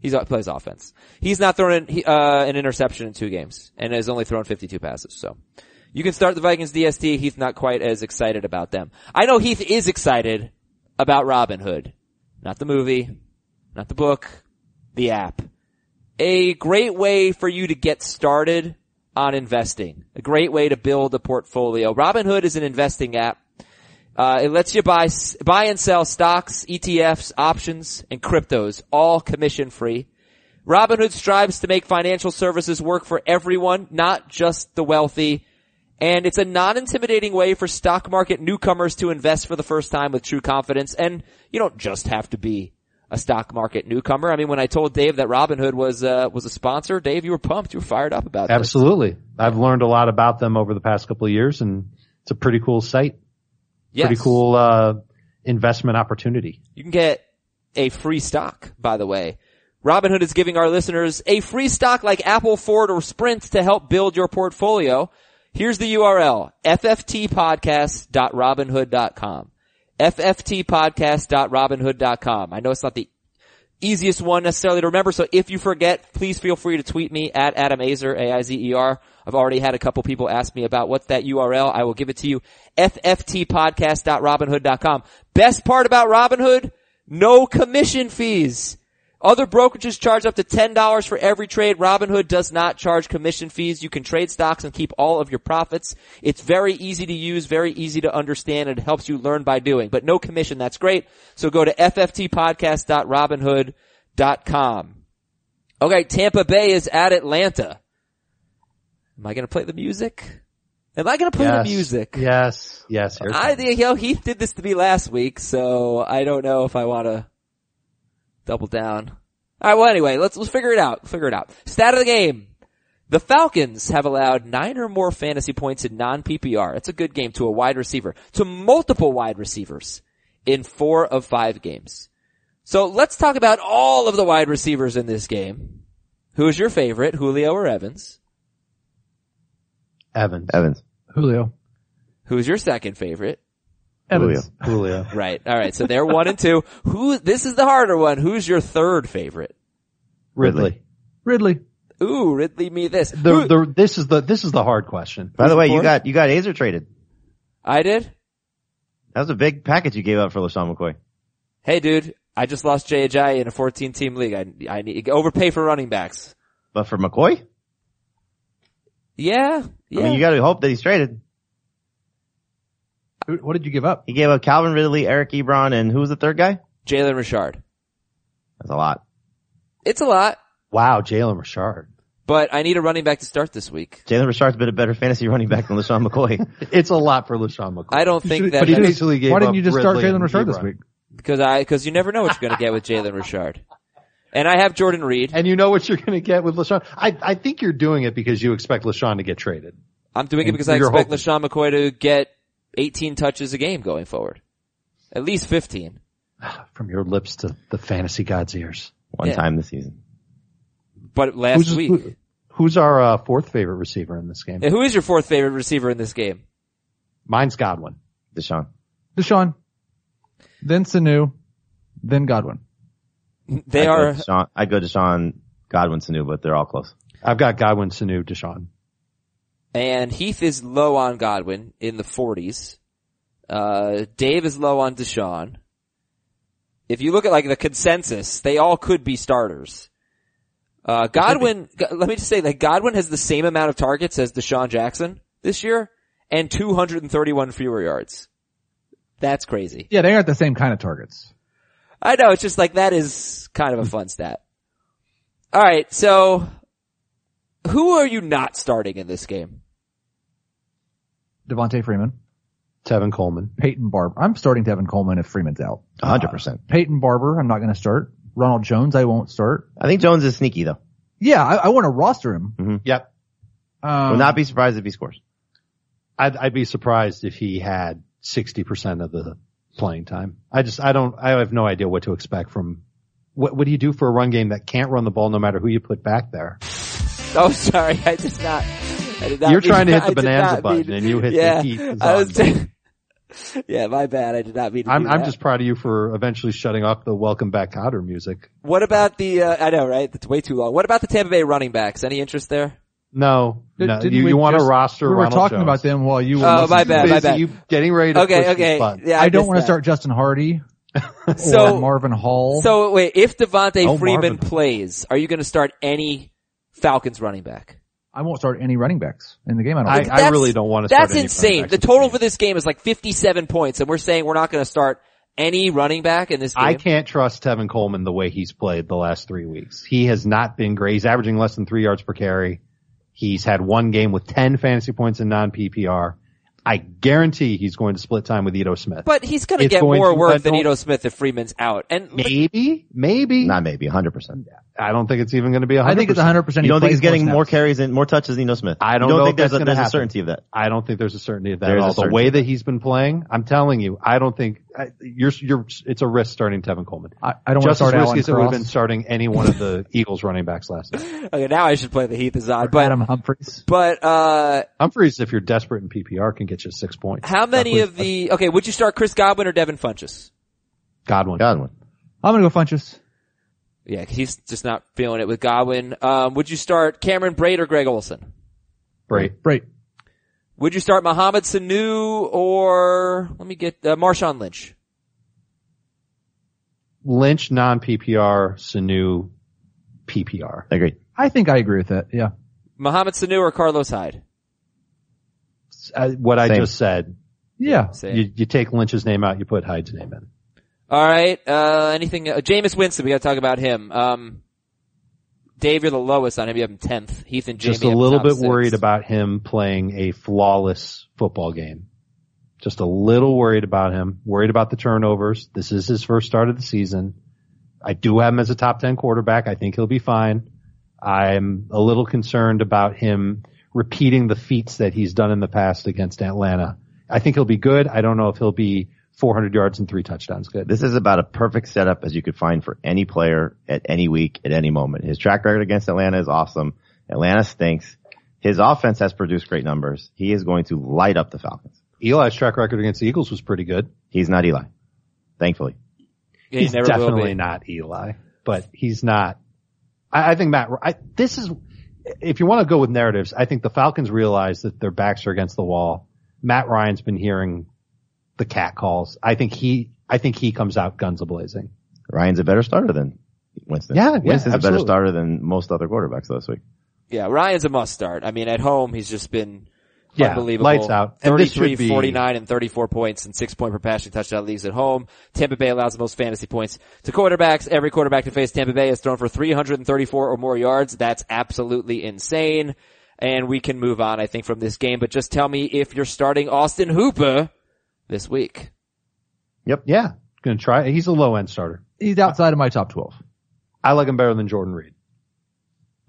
[SPEAKER 2] He's, uh, plays offense. He's not thrown in, he, uh, an interception in two games and has only thrown 52 passes, so. You can start the Vikings DST. Heath not quite as excited about them. I know Heath is excited about Robin Hood. Not the movie, not the book, the app a great way for you to get started on investing. A great way to build a portfolio. Robinhood is an investing app. Uh, it lets you buy s- buy and sell stocks, ETFs, options, and cryptos, all commission free. Robinhood strives to make financial services work for everyone, not just the wealthy. And it's a non-intimidating way for stock market newcomers to invest for the first time with true confidence. And you don't just have to be a stock market newcomer. I mean, when I told Dave that Robinhood was, uh, was a sponsor, Dave, you were pumped. You were fired up about that.
[SPEAKER 3] Absolutely. I've learned a lot about them over the past couple of years and it's a pretty cool site, pretty cool, uh, investment opportunity.
[SPEAKER 2] You can get a free stock, by the way. Robinhood is giving our listeners a free stock like Apple, Ford, or Sprint to help build your portfolio. Here's the URL, ffttpodcast.robinhood.com. ffttpodcast.robinhood.com. I know it's not the easiest one necessarily to remember. So if you forget, please feel free to tweet me at Adam Azer, A-I-Z-E-R. E I've already had a couple people ask me about what's that URL. I will give it to you. FFTpodcast.robinhood.com. Best part about Robinhood, no commission fees. Other brokerages charge up to $10 for every trade. Robinhood does not charge commission fees. You can trade stocks and keep all of your profits. It's very easy to use, very easy to understand, and it helps you learn by doing. But no commission, that's great. So go to ffttpodcast.robinhood.com. Okay, Tampa Bay is at Atlanta. Am I gonna play the music? Am I gonna play the music?
[SPEAKER 3] Yes. Yes. Here it
[SPEAKER 2] I
[SPEAKER 3] comes.
[SPEAKER 2] think, you know, Heath did this to me last week, so I don't know if I want to double down. All right. Well, anyway, let's let's figure it out. Figure it out. Stat of the game: the Falcons have allowed nine or more fantasy points in non PPR. That's a good game to a wide receiver, to multiple wide receivers in four of five games. So let's talk about all of the wide receivers in this game. Who is your favorite, Julio or Evans?
[SPEAKER 3] Evans.
[SPEAKER 5] Evans.
[SPEAKER 4] Julio.
[SPEAKER 2] Who is your second favorite?
[SPEAKER 4] Evans.
[SPEAKER 3] Julio.
[SPEAKER 2] Right. All right. So they're one and two. Who? This is the harder one. Who's your third favorite?
[SPEAKER 3] Ridley.
[SPEAKER 4] Ridley.
[SPEAKER 2] Ooh, Ridley, me this.
[SPEAKER 3] The,
[SPEAKER 2] Who-
[SPEAKER 3] the, this is the, this is the hard question.
[SPEAKER 5] By the way, you
[SPEAKER 2] fourth?
[SPEAKER 5] got, you got Azer traded.
[SPEAKER 2] I did.
[SPEAKER 5] That was a big package you gave up for LaShawn McCoy.
[SPEAKER 2] Hey, dude, I just lost JHI in a 14 team league. I I need overpay for running backs.
[SPEAKER 5] But for McCoy?
[SPEAKER 2] Yeah. Yeah.
[SPEAKER 5] I mean, you gotta hope that he's traded.
[SPEAKER 4] Who- What did you give up?
[SPEAKER 5] He gave up Calvin Ridley, Eric Ebron, and who was the third guy?
[SPEAKER 2] Jalen Richard.
[SPEAKER 5] That's a lot.
[SPEAKER 2] It's a lot,
[SPEAKER 3] Wow. Jalen Richard.
[SPEAKER 2] but I need a running back to start this week.
[SPEAKER 5] Jalen Richard's been a better fantasy running back than LaShawn McCoy.
[SPEAKER 3] It's a lot for LaShawn McCoy.
[SPEAKER 2] I don't
[SPEAKER 4] You
[SPEAKER 2] think
[SPEAKER 4] should-
[SPEAKER 2] that
[SPEAKER 3] but he
[SPEAKER 2] that's-
[SPEAKER 3] easily gave
[SPEAKER 4] Why didn't
[SPEAKER 3] up
[SPEAKER 4] you just
[SPEAKER 3] Ridley
[SPEAKER 4] start Jalen
[SPEAKER 3] and
[SPEAKER 4] Richard this
[SPEAKER 3] Ebron.
[SPEAKER 4] week?
[SPEAKER 2] because I because you never know what you're going to get with Jalen Richard. And I have Jordan Reed.
[SPEAKER 3] and you know what you're going to get with LaShawn. I, I think you're doing it because you expect LaShawn to get traded.
[SPEAKER 2] I'm doing it
[SPEAKER 3] And
[SPEAKER 2] because I
[SPEAKER 3] you're
[SPEAKER 2] expect
[SPEAKER 3] hoping.
[SPEAKER 2] LaShawn McCoy to get 18 touches a game going forward. At least 15.
[SPEAKER 3] From your lips to the fantasy god's ears.
[SPEAKER 5] One
[SPEAKER 2] Yeah.
[SPEAKER 5] time this season.
[SPEAKER 2] But last
[SPEAKER 3] who's,
[SPEAKER 2] week.
[SPEAKER 3] who- who's our uh, fourth favorite receiver in this game?
[SPEAKER 2] Yeah, who is your fourth favorite receiver in this game?
[SPEAKER 3] Mine's Godwin.
[SPEAKER 5] Deshaun.
[SPEAKER 4] Deshaun. Then Sanu. Then Godwin.
[SPEAKER 2] They
[SPEAKER 5] I'd
[SPEAKER 2] are
[SPEAKER 5] Go Deshaun, I'd go Deshaun, Godwin, Sanu, but they're all close.
[SPEAKER 3] I've got Godwin, Sanu, Deshaun.
[SPEAKER 2] And Heath is low on Godwin in the 40s. Uh, Dave is low on Deshaun. If you look at like the consensus, they all could be starters. Uh, Godwin, Go- let me just say that Godwin has the same amount of targets as Deshaun Jackson this year and 231 fewer yards. That's crazy.
[SPEAKER 4] Yeah, they aren't the same kind of targets.
[SPEAKER 2] I know. It's just like that is kind of a fun stat. All right. So who are you not starting in this game?
[SPEAKER 4] Devontae Freeman,
[SPEAKER 3] Tevin Coleman.
[SPEAKER 4] Peyton Barber. I'm starting Tevin Coleman if Freeman's out.
[SPEAKER 5] 100%.
[SPEAKER 4] Peyton Barber, I'm not going to start. Ronald Jones, I won't start.
[SPEAKER 5] I think Jones is sneaky though.
[SPEAKER 4] Yeah, I, I want to roster him.
[SPEAKER 3] Yep.
[SPEAKER 4] Um,
[SPEAKER 5] Would not be surprised if he scores.
[SPEAKER 3] I'd, I'd be surprised if he had 60% of the playing time. I just, I don't, I have no idea what to expect from, what, what do you do for a run game that can't run the ball no matter who you put back there?
[SPEAKER 2] Oh, sorry. I did not. I did not
[SPEAKER 3] You're
[SPEAKER 2] mean-
[SPEAKER 3] trying to hit
[SPEAKER 2] I
[SPEAKER 3] the
[SPEAKER 2] did
[SPEAKER 3] bonanza
[SPEAKER 2] not mean-
[SPEAKER 3] button and you hit the
[SPEAKER 2] yeah,
[SPEAKER 3] heat is
[SPEAKER 2] I
[SPEAKER 3] on.
[SPEAKER 2] was yeah, my bad. I did not mean. To
[SPEAKER 3] I'm,
[SPEAKER 2] do
[SPEAKER 3] I'm
[SPEAKER 2] that.
[SPEAKER 3] just proud of you for eventually shutting off the welcome back Cotter music.
[SPEAKER 2] What about the? Uh, I know, right? That's way too long. What about the Tampa Bay running backs? Any interest there?
[SPEAKER 3] No,
[SPEAKER 4] did-
[SPEAKER 3] no,
[SPEAKER 4] didn't
[SPEAKER 3] you,
[SPEAKER 4] we
[SPEAKER 3] you want to
[SPEAKER 4] just-
[SPEAKER 3] roster
[SPEAKER 4] We were
[SPEAKER 3] Ronald
[SPEAKER 4] talking
[SPEAKER 3] Jones.
[SPEAKER 4] about them while you were.
[SPEAKER 2] Oh,
[SPEAKER 4] listening
[SPEAKER 2] my
[SPEAKER 4] to
[SPEAKER 2] bad,
[SPEAKER 4] this.
[SPEAKER 2] my
[SPEAKER 3] Busy,
[SPEAKER 2] bad.
[SPEAKER 3] You getting ready to push
[SPEAKER 2] Okay,
[SPEAKER 3] this
[SPEAKER 2] okay.
[SPEAKER 3] button.
[SPEAKER 2] Yeah,
[SPEAKER 4] I, don't
[SPEAKER 2] missed
[SPEAKER 4] want to
[SPEAKER 2] that.
[SPEAKER 4] start Justin Hardy or
[SPEAKER 2] So-
[SPEAKER 4] Marvin Hall.
[SPEAKER 2] So wait, if Devontae
[SPEAKER 3] Oh,
[SPEAKER 2] Freeman
[SPEAKER 3] Marvin.
[SPEAKER 2] plays, are you going to start any Falcons running back?
[SPEAKER 4] I won't start any running backs in the game. I don't.
[SPEAKER 3] I,
[SPEAKER 4] think.
[SPEAKER 3] I really don't want to start
[SPEAKER 2] That's
[SPEAKER 3] any running
[SPEAKER 2] insane.
[SPEAKER 3] backs
[SPEAKER 2] The
[SPEAKER 3] this
[SPEAKER 2] total
[SPEAKER 3] game.
[SPEAKER 2] for this game is like 57 points, and we're saying we're not going to start any running back in this game.
[SPEAKER 3] I can't trust Tevin Coleman the way he's played the last three weeks. He has not been great. He's averaging less than three yards per carry. He's had one game with 10 fantasy points in non-PPR. I guarantee he's going to split time with Ito Smith.
[SPEAKER 2] but he's going to
[SPEAKER 3] It's
[SPEAKER 2] get
[SPEAKER 3] going
[SPEAKER 2] more
[SPEAKER 3] to- I
[SPEAKER 2] work than
[SPEAKER 3] don't-
[SPEAKER 2] Edo Smith if Freeman's out. And
[SPEAKER 3] maybe, maybe.
[SPEAKER 5] Not maybe, 100%.
[SPEAKER 3] I don't think it's even going to be 100%.
[SPEAKER 4] I think it's 100. percent
[SPEAKER 5] You don't think he's getting more carries and more touches than Eno Smith?
[SPEAKER 3] I
[SPEAKER 5] you
[SPEAKER 3] don't
[SPEAKER 5] don't
[SPEAKER 3] know
[SPEAKER 5] think
[SPEAKER 3] if
[SPEAKER 5] there's,
[SPEAKER 3] that's
[SPEAKER 5] a,
[SPEAKER 3] gonna
[SPEAKER 5] there's a
[SPEAKER 3] happen.
[SPEAKER 5] certainty of that.
[SPEAKER 3] I don't think there's a certainty of that
[SPEAKER 5] There's a
[SPEAKER 3] at all. The
[SPEAKER 5] certainty
[SPEAKER 3] way
[SPEAKER 5] of
[SPEAKER 3] that he's been playing, I'm telling you, I don't think I, you're you're it's a risk starting Tevin Coleman.
[SPEAKER 4] I, I don't want to
[SPEAKER 3] Just as
[SPEAKER 4] start Alan
[SPEAKER 3] risky as it would have been
[SPEAKER 4] Cross
[SPEAKER 3] starting any one of the Eagles running backs last night.
[SPEAKER 2] okay, now I should play the Heath is on,
[SPEAKER 4] or
[SPEAKER 2] but
[SPEAKER 4] Adam Humphries.
[SPEAKER 2] but uh,
[SPEAKER 3] Humphreys, if you're desperate in PPR, can get you six points.
[SPEAKER 2] how many of the okay? Would you start Chris Godwin or Devin Funches?
[SPEAKER 3] Godwin.
[SPEAKER 5] Godwin.
[SPEAKER 4] I'm gonna go Funches.
[SPEAKER 2] Yeah, he's just not feeling it with Godwin. Um, would you start Cameron Braid or Greg Olson?
[SPEAKER 3] Great.
[SPEAKER 4] Right.
[SPEAKER 2] Would you start Mohamed Sanu or let me get uh, Marshawn Lynch?
[SPEAKER 3] Lynch, non-PPR, Sanu, PPR.
[SPEAKER 5] Agreed.
[SPEAKER 4] I think I agree with that. Yeah.
[SPEAKER 2] Mohamed Sanu or Carlos Hyde?
[SPEAKER 3] Uh, what I
[SPEAKER 5] Same.
[SPEAKER 3] just said,
[SPEAKER 4] Yeah.
[SPEAKER 2] Say it.
[SPEAKER 3] you, you take Lynch's name out, you put Hyde's name in.
[SPEAKER 2] All right. Uh, anything? Uh, Jameis Winston. We got to talk about him. Um, Dave, you're the lowest on him. You have him tenth. Heath and Jamie.
[SPEAKER 3] Just a
[SPEAKER 2] have him
[SPEAKER 3] little
[SPEAKER 2] top
[SPEAKER 3] bit
[SPEAKER 2] six.
[SPEAKER 3] worried about him playing a flawless football game. Just a little worried about him, worried about the turnovers. This is his first start of the season. I do have him as a top 10 quarterback. I think he'll be fine. I'm a little concerned about him repeating the feats that he's done in the past against Atlanta. I think he'll be good. I don't know if he'll be 400 yards and three touchdowns good.
[SPEAKER 5] This is about a perfect setup as you could find for any player at any week, at any moment. His track record against Atlanta is awesome. Atlanta stinks. His offense has produced great numbers. He is going to light up the Falcons.
[SPEAKER 3] Eli's track record against the Eagles was pretty good.
[SPEAKER 5] He's not Eli. Thankfully.
[SPEAKER 2] Yeah, he
[SPEAKER 3] he's
[SPEAKER 2] never will
[SPEAKER 3] definitely
[SPEAKER 2] be.
[SPEAKER 3] not Eli, but he's not. I, I think Matt. I, this is if you want to go with narratives. I think the Falcons realize that their backs are against the wall. Matt Ryan's been hearing the cat calls. I think he. I think he comes out guns a blazing.
[SPEAKER 5] Ryan's a better starter than Winston.
[SPEAKER 3] Yeah, yeah,
[SPEAKER 5] Winston's a better
[SPEAKER 3] absolutely.
[SPEAKER 5] starter than most other quarterbacks this week.
[SPEAKER 2] Yeah, Ryan's a must start. I mean, at home he's just been
[SPEAKER 3] Yeah,
[SPEAKER 2] unbelievable.
[SPEAKER 3] lights out. And this
[SPEAKER 2] 33,
[SPEAKER 3] should be-
[SPEAKER 2] 49, and 34 points and 6 point per passing touchdown leagues at home. Tampa Bay allows the most fantasy points to quarterbacks. Every quarterback to face Tampa Bay has thrown for 334 or more yards. That's absolutely insane. And we can move on, I think, from this game, but just tell me if you're starting Austin Hooper this week.
[SPEAKER 3] Yeah, gonna try. He's a low end starter.
[SPEAKER 4] He's outside of my top 12.
[SPEAKER 3] I like him better than Jordan Reed.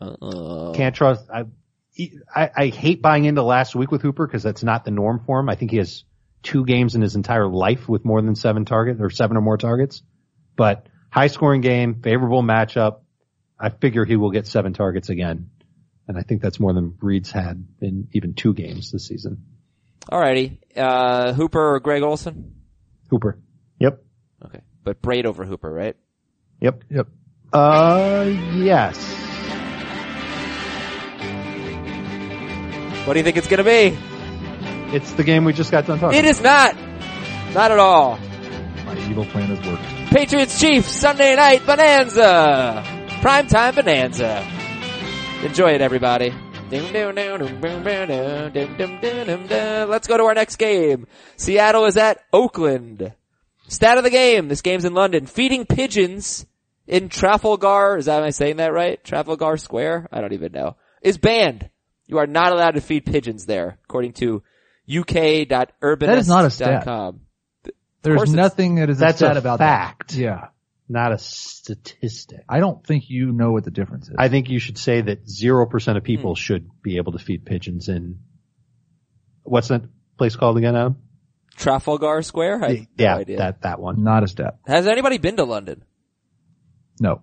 [SPEAKER 2] Uh-oh.
[SPEAKER 3] Can't trust. I, he- I I hate buying into last week with Hooper because that's not the norm for him. I think he has two games in his entire life with more than seven targets or seven or more targets. But high scoring game, favorable matchup. I figure he will get seven targets again, and I think that's more than Reed's had in even two games this season.
[SPEAKER 2] Alrighty. Uh, Hooper or Greg Olson?
[SPEAKER 3] Hooper.
[SPEAKER 5] Yep.
[SPEAKER 2] Okay. But Braid over Hooper, right?
[SPEAKER 5] Yep.
[SPEAKER 4] Yep.
[SPEAKER 3] Uh, yes.
[SPEAKER 2] What do you think it's gonna be?
[SPEAKER 3] It's the game we just got done talking.
[SPEAKER 2] It is not. Not at all.
[SPEAKER 4] My evil plan has worked.
[SPEAKER 2] Patriots Chiefs Sunday night bonanza. Primetime bonanza. Enjoy it everybody. Let's go to our next game. Seattle is at Oakland. Stat of the game. This game's in London. Feeding pigeons in Trafalgar. Is that, am I saying that right? Trafalgar Square? I don't even know. Is banned. You are not allowed to feed pigeons there, according to uk.urbanist.com.
[SPEAKER 4] That is not a stat.
[SPEAKER 2] course
[SPEAKER 4] There's
[SPEAKER 2] it's-
[SPEAKER 4] nothing that is
[SPEAKER 3] That's
[SPEAKER 4] upset
[SPEAKER 3] a
[SPEAKER 4] about
[SPEAKER 3] fact,
[SPEAKER 4] that. Yeah.
[SPEAKER 3] not a statistic.
[SPEAKER 4] I don't think you know what the difference is.
[SPEAKER 3] I think you should say that 0%
[SPEAKER 2] Hmm.
[SPEAKER 3] of people should be able to feed pigeons in what's that place called again, Adam?
[SPEAKER 2] Trafalgar Square? I have
[SPEAKER 3] yeah,
[SPEAKER 2] no idea.
[SPEAKER 3] that that one.
[SPEAKER 4] not a stat.
[SPEAKER 2] Has anybody been to London?
[SPEAKER 4] No.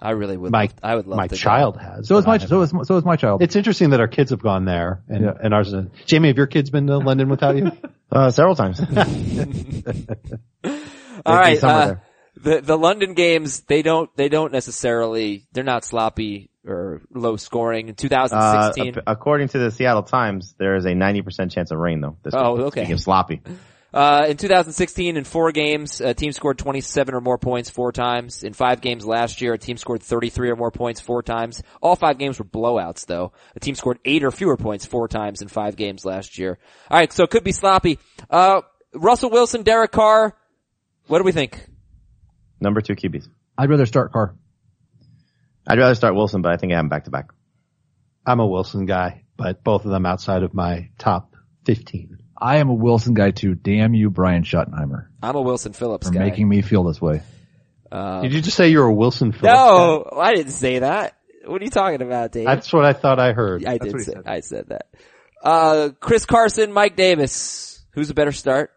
[SPEAKER 2] I really would.
[SPEAKER 3] My-
[SPEAKER 2] love- I would love
[SPEAKER 3] My
[SPEAKER 2] to go.
[SPEAKER 3] child has.
[SPEAKER 4] So is
[SPEAKER 3] but I
[SPEAKER 4] my
[SPEAKER 3] haven't.
[SPEAKER 4] so is so is my child.
[SPEAKER 3] It's interesting that our kids have gone there and,
[SPEAKER 4] Yeah.
[SPEAKER 3] and ours. isn't. Jamie, have your kids been to London without you?
[SPEAKER 5] Uh, several times. They'd
[SPEAKER 2] All
[SPEAKER 5] be
[SPEAKER 2] right.
[SPEAKER 5] somewhere
[SPEAKER 2] uh,
[SPEAKER 5] there.
[SPEAKER 2] the the London games they don't they don't necessarily they're not sloppy or low scoring
[SPEAKER 5] Uh,
[SPEAKER 2] in 2016.
[SPEAKER 5] ap- according to the Seattle Times, there is a 90% chance of rain though. This
[SPEAKER 2] Oh,
[SPEAKER 5] week.
[SPEAKER 2] okay.
[SPEAKER 5] Speaking of sloppy.
[SPEAKER 2] Uh, in 2016, in four games, a team scored 27 or more points four times. In five games last year, a team scored 33 or more points four times. All five games were blowouts, though. A team scored eight or fewer points four times in five games last year. All right, so it could be sloppy. Uh, Russell Wilson, Derek Carr. What do we think?
[SPEAKER 5] Number two QBs.
[SPEAKER 4] I'd rather start Carr.
[SPEAKER 5] I'd rather start Wilson, but I think I have him back to back.
[SPEAKER 3] I'm a Wilson guy, but both of them outside of my top 15.
[SPEAKER 4] I am a Wilson guy too. Damn you, Brian Schottenheimer,
[SPEAKER 2] I'm a Wilson Phillips
[SPEAKER 4] for
[SPEAKER 2] guy.
[SPEAKER 4] making me feel this way.
[SPEAKER 3] Did you just say you're a Wilson? Phillips
[SPEAKER 2] Uh, no, I didn't say that. What are you talking about, Dave?
[SPEAKER 3] guy? That's what I thought I heard.
[SPEAKER 2] I did say I said that. Uh, Chris Carson, Mike Davis. Who's a better start?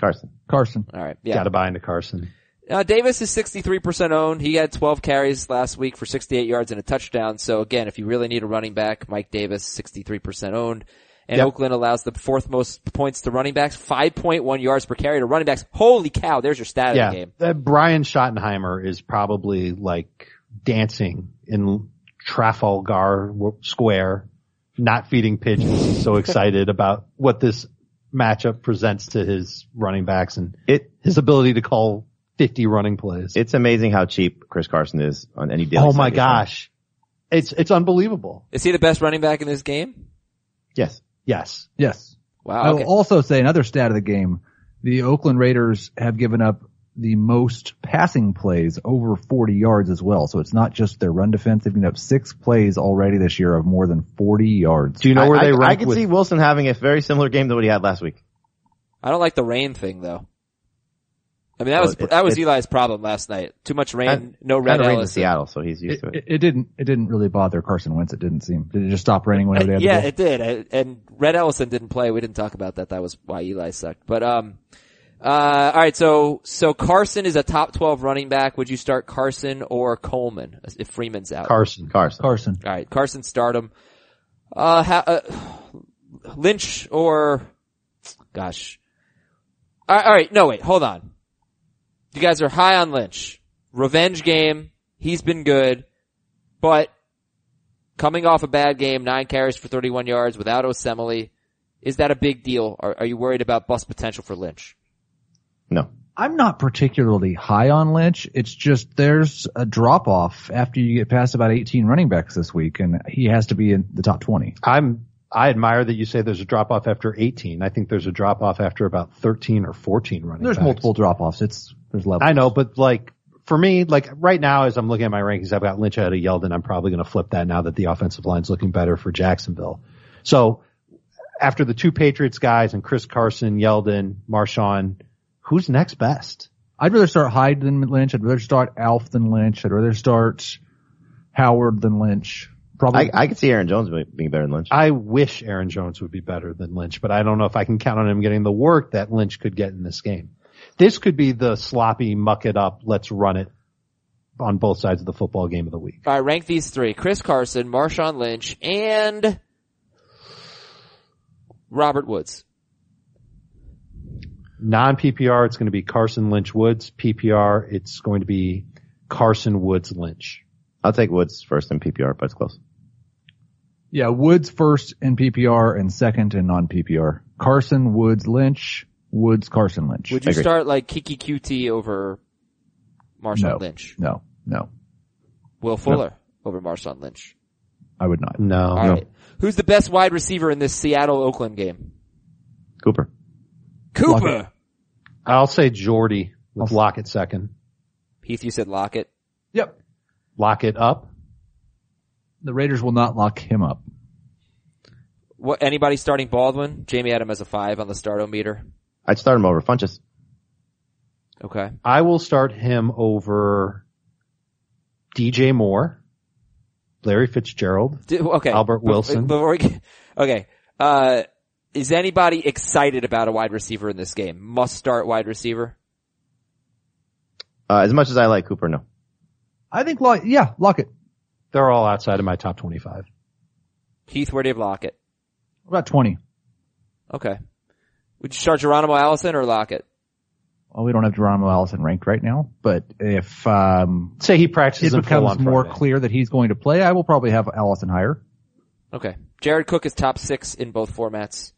[SPEAKER 5] Carson.
[SPEAKER 4] Carson.
[SPEAKER 2] All right, yeah.
[SPEAKER 3] Got to buy into Carson.
[SPEAKER 2] Uh, Davis is 63% owned. He had 12 carries last week for 68 yards and a touchdown. So again, if you really need a running back, Mike Davis, 63% owned. And
[SPEAKER 3] Yep.
[SPEAKER 2] Oakland allows the fourth most points to running backs, 5.1 yards per carry to running backs. Holy cow, there's your stat
[SPEAKER 3] yeah,
[SPEAKER 2] of the game.
[SPEAKER 3] that Brian Schottenheimer is probably like dancing in Trafalgar w- Square, not feeding pigeons. He's so excited about what this matchup presents to his running backs and
[SPEAKER 5] It,
[SPEAKER 3] his ability to call 50 running plays.
[SPEAKER 5] it's amazing how cheap Chris Carson is on any deal.
[SPEAKER 3] oh my gosh. It's, it's unbelievable.
[SPEAKER 2] Is he the best running back in this game?
[SPEAKER 5] Yes.
[SPEAKER 3] Yes.
[SPEAKER 4] Yes. I
[SPEAKER 2] Wow.
[SPEAKER 4] will
[SPEAKER 2] Okay.
[SPEAKER 4] also say another stat of the game. The Oakland Raiders have given up the most passing plays over 40 yards as well. So it's not just their run defense. They've given up six plays already this year of more than 40 yards.
[SPEAKER 3] Do you know where
[SPEAKER 5] I,
[SPEAKER 3] they
[SPEAKER 5] I,
[SPEAKER 3] rank
[SPEAKER 5] I could
[SPEAKER 3] with-
[SPEAKER 5] see Wilson having a very similar game to what he had last week.
[SPEAKER 2] I don't like the rain thing though. I mean, that
[SPEAKER 5] Well,
[SPEAKER 2] was,
[SPEAKER 5] it-
[SPEAKER 2] that was
[SPEAKER 5] it's-
[SPEAKER 2] Eli's problem last night. Too much rain,
[SPEAKER 5] And-
[SPEAKER 2] no
[SPEAKER 5] Kind
[SPEAKER 2] Oh, red
[SPEAKER 5] of rained in
[SPEAKER 2] Ellis.
[SPEAKER 5] Seattle, so he's used
[SPEAKER 4] It,
[SPEAKER 5] to it.
[SPEAKER 4] it, it didn't, it didn't really bother Carson Wentz. It didn't seem. Did it just stop raining whenever they had
[SPEAKER 2] yeah,
[SPEAKER 4] the ball?
[SPEAKER 2] it did. I- And Red Ellison didn't play. We didn't talk about that. That was why Eli sucked. But um, uh, all right. So so Carson is a top twelve running back. Would you start Carson or Coleman if Freeman's out?
[SPEAKER 3] Carson.
[SPEAKER 5] Carson.
[SPEAKER 4] Carson.
[SPEAKER 2] all right, Carson stardom. Uh, ha- uh Lynch or gosh. All right, all right, no wait, hold on. You guys are high on Lynch. Revenge game. He's been good, but coming off a bad game, nine carries for 31 yards without Osemele, is that a big deal? Are, are you worried about bust potential for Lynch?
[SPEAKER 5] No.
[SPEAKER 4] I'm not particularly high on Lynch. It's just there's a drop off after you get past about 18 running backs this week and he has to be in the top 20.
[SPEAKER 3] I'm, I admire that you say there's a drop off after 18. I think there's a drop off after about 13 or 14 running
[SPEAKER 4] There's
[SPEAKER 3] backs.
[SPEAKER 4] multiple drop offs. It's, there's levels.
[SPEAKER 3] I know, but like for me, like right now as I'm looking at my rankings, I've got Lynch ahead of Yeldon. I'm probably going to flip that now that the offensive line's looking better for Jacksonville. So after the two Patriots guys and Chris Carson, Yeldon, Marshawn, who's next best?
[SPEAKER 4] I'd rather start Hyde than Lynch. I'd rather start Alf than Lynch. I'd rather start Howard than Lynch. Probably.
[SPEAKER 5] I, I could see Aaron Jones be- being better than Lynch.
[SPEAKER 3] I wish Aaron Jones would be better than Lynch, but I don't know if I can count on him getting the work that Lynch could get in this game. This could be the sloppy muck it up. Let's run it on both sides of the football game of the week.
[SPEAKER 2] All right, rank these three: Chris Carson, Marshawn Lynch, and Robert Woods.
[SPEAKER 3] Non PPR, it's going to be Carson Lynch Woods. PPR, it's going to be Carson Woods Lynch.
[SPEAKER 5] I'll take Woods first in PPR, but it's close.
[SPEAKER 4] yeah, Woods first in PPR and second in non PPR. Carson, Woods, Lynch, Woods, Carson, Lynch.
[SPEAKER 2] Would you
[SPEAKER 5] agree.
[SPEAKER 2] start like Kiki QT over Marshawn
[SPEAKER 4] no,
[SPEAKER 2] Lynch?
[SPEAKER 4] no, no.
[SPEAKER 2] Will Fuller over Marshawn Lynch?
[SPEAKER 4] I would not.
[SPEAKER 3] No.
[SPEAKER 2] All right. Who's the best wide receiver in this Seattle Oakland game?
[SPEAKER 5] Cooper.
[SPEAKER 2] Cooper.
[SPEAKER 4] Lockett.
[SPEAKER 3] I'll say Jordy with Lockett second.
[SPEAKER 2] Heath, you said Lockett.
[SPEAKER 4] Yep.
[SPEAKER 3] Lockett up.
[SPEAKER 4] The Raiders will not lock him up.
[SPEAKER 2] What? Anybody starting Baldwin? Jamie Adam as a five on the starto meter.
[SPEAKER 5] I'd start him over Funches.
[SPEAKER 2] Okay.
[SPEAKER 3] I will start him over DJ Moore, Larry Fitzgerald.
[SPEAKER 2] Do- okay.
[SPEAKER 3] Albert
[SPEAKER 2] Bef-
[SPEAKER 3] Wilson.
[SPEAKER 2] Before we get- okay. Uh, is anybody excited about a wide receiver in this game? Must start wide receiver.
[SPEAKER 5] Uh, as much as I like Cooper, no.
[SPEAKER 4] I think lock, yeah, lock it.
[SPEAKER 3] They're all outside of my top 25.
[SPEAKER 2] Heath, where do you block it?
[SPEAKER 4] About 20.
[SPEAKER 2] Okay. Would you start Geronimo Allison or Lockett?
[SPEAKER 4] Well, we don't have Geronimo Allison ranked right now, but if, um,
[SPEAKER 3] Say he
[SPEAKER 4] it
[SPEAKER 3] practices in full
[SPEAKER 4] becomes
[SPEAKER 3] on
[SPEAKER 4] more
[SPEAKER 3] Friday.
[SPEAKER 4] clear that he's going to play, I will probably have Allison higher.
[SPEAKER 2] Okay. Jared Cook is top six in both formats.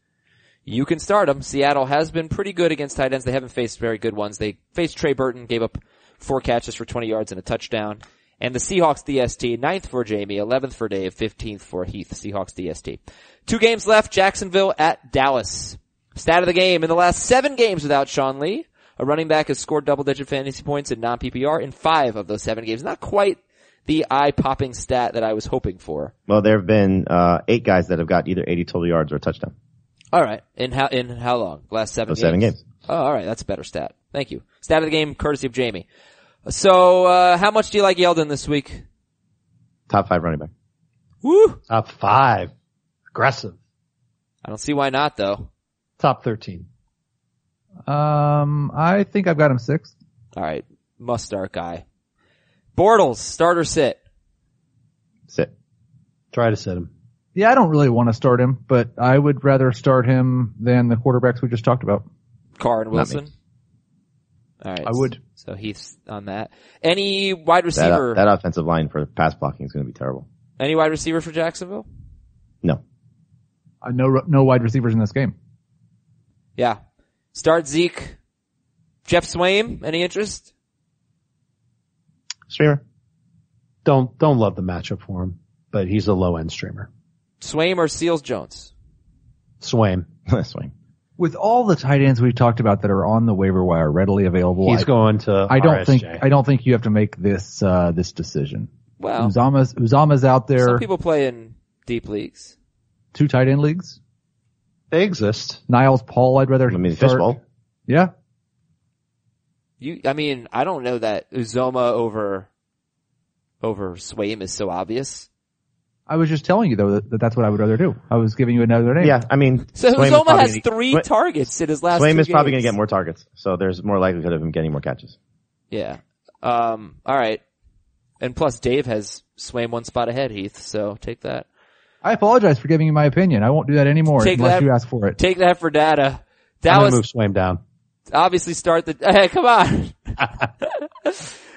[SPEAKER 2] You can start him. Seattle has been pretty good against tight ends. They haven't faced very good ones. They faced Trey Burton, gave up four catches for 20 yards and a touchdown. And the Seahawks DST, ninth for Jamie, 11th for Dave, 15th for Heath, Seahawks DST. Two games left, Jacksonville at Dallas. Stat of the game, in the last seven games without Sean Lee, a running back has scored double digit fantasy points in non-PPR in five of those seven games. Not quite the eye popping stat that I was hoping for.
[SPEAKER 5] Well, there have been uh, eight guys that have got either 80 total yards or a touchdown.
[SPEAKER 2] All right. In how in how long? Last seven
[SPEAKER 5] Those
[SPEAKER 2] games.
[SPEAKER 5] seven games.
[SPEAKER 2] Oh, all right. That's a better stat. Thank you. Stat of the game, courtesy of Jamie. So, uh, how much do you like Yeldon this week?
[SPEAKER 5] Top five running back.
[SPEAKER 2] Woo!
[SPEAKER 3] Top five. Aggressive.
[SPEAKER 2] I don't see why not though.
[SPEAKER 3] Top 13.
[SPEAKER 4] Um, I think I've got him sixth.
[SPEAKER 2] All right, must start guy. Bortles, start or sit.
[SPEAKER 5] Sit.
[SPEAKER 3] Try to sit him.
[SPEAKER 4] Yeah, I don't really want to start him, but I would rather start him than the quarterbacks we just talked about.
[SPEAKER 2] Carr and
[SPEAKER 5] Not me.
[SPEAKER 2] Wilson. All right.
[SPEAKER 4] I would.
[SPEAKER 2] So Heath's on that. Any
[SPEAKER 5] That, uh,
[SPEAKER 2] wide receiver?
[SPEAKER 5] that offensive line for pass blocking is going to be terrible.
[SPEAKER 2] any wide receiver for Jacksonville?
[SPEAKER 5] No.
[SPEAKER 4] Uh, no, no wide receivers in this game.
[SPEAKER 2] Yeah. Start Zeke. Jeff Swaim. Any interest?
[SPEAKER 5] Streamer.
[SPEAKER 3] Don't, don't love the matchup for him, but he's a low end streamer.
[SPEAKER 2] Swaim or Seals Jones?
[SPEAKER 3] Swaim.
[SPEAKER 5] Swing.
[SPEAKER 4] With all the tight ends we've talked about that are on the waiver wire readily available,
[SPEAKER 3] He's
[SPEAKER 4] I,
[SPEAKER 3] going to
[SPEAKER 4] I don't
[SPEAKER 3] RSJ.
[SPEAKER 4] think I don't think you have to make this uh, this decision.
[SPEAKER 2] Well,
[SPEAKER 4] Uzama's Uzama's out
[SPEAKER 2] some
[SPEAKER 4] there.
[SPEAKER 2] people play in deep leagues.
[SPEAKER 4] two tight end leagues.
[SPEAKER 3] they exist.
[SPEAKER 4] Niles Paul, I'd rather.
[SPEAKER 5] I mean, the
[SPEAKER 4] start.
[SPEAKER 5] fishbowl.
[SPEAKER 4] Yeah,
[SPEAKER 2] You, I mean, I don't know that Uzoma over over Swaim is so obvious.
[SPEAKER 4] I was just telling you though that, that that's what I would rather do. I was giving you another name.
[SPEAKER 5] Yeah, I mean,
[SPEAKER 2] So
[SPEAKER 5] Swaim is
[SPEAKER 2] Uzoma
[SPEAKER 5] probably
[SPEAKER 2] has
[SPEAKER 5] gonna-
[SPEAKER 2] three
[SPEAKER 5] Swa-
[SPEAKER 2] targets in his last.
[SPEAKER 5] Swaim
[SPEAKER 2] two
[SPEAKER 5] is probably going to
[SPEAKER 2] games.
[SPEAKER 5] get more targets, so there's more likelihood of him getting more catches.
[SPEAKER 2] Yeah. Um. All right. And plus, Dave has Swaim one spot ahead, Heath. So take that.
[SPEAKER 4] I apologize for giving you my opinion. I won't do that anymore
[SPEAKER 2] Take
[SPEAKER 4] unless
[SPEAKER 2] that-
[SPEAKER 4] you ask for it.
[SPEAKER 2] Take that for data.
[SPEAKER 3] I'm
[SPEAKER 2] Dallas
[SPEAKER 3] going to move Swaim down.
[SPEAKER 2] obviously start the hey, come on.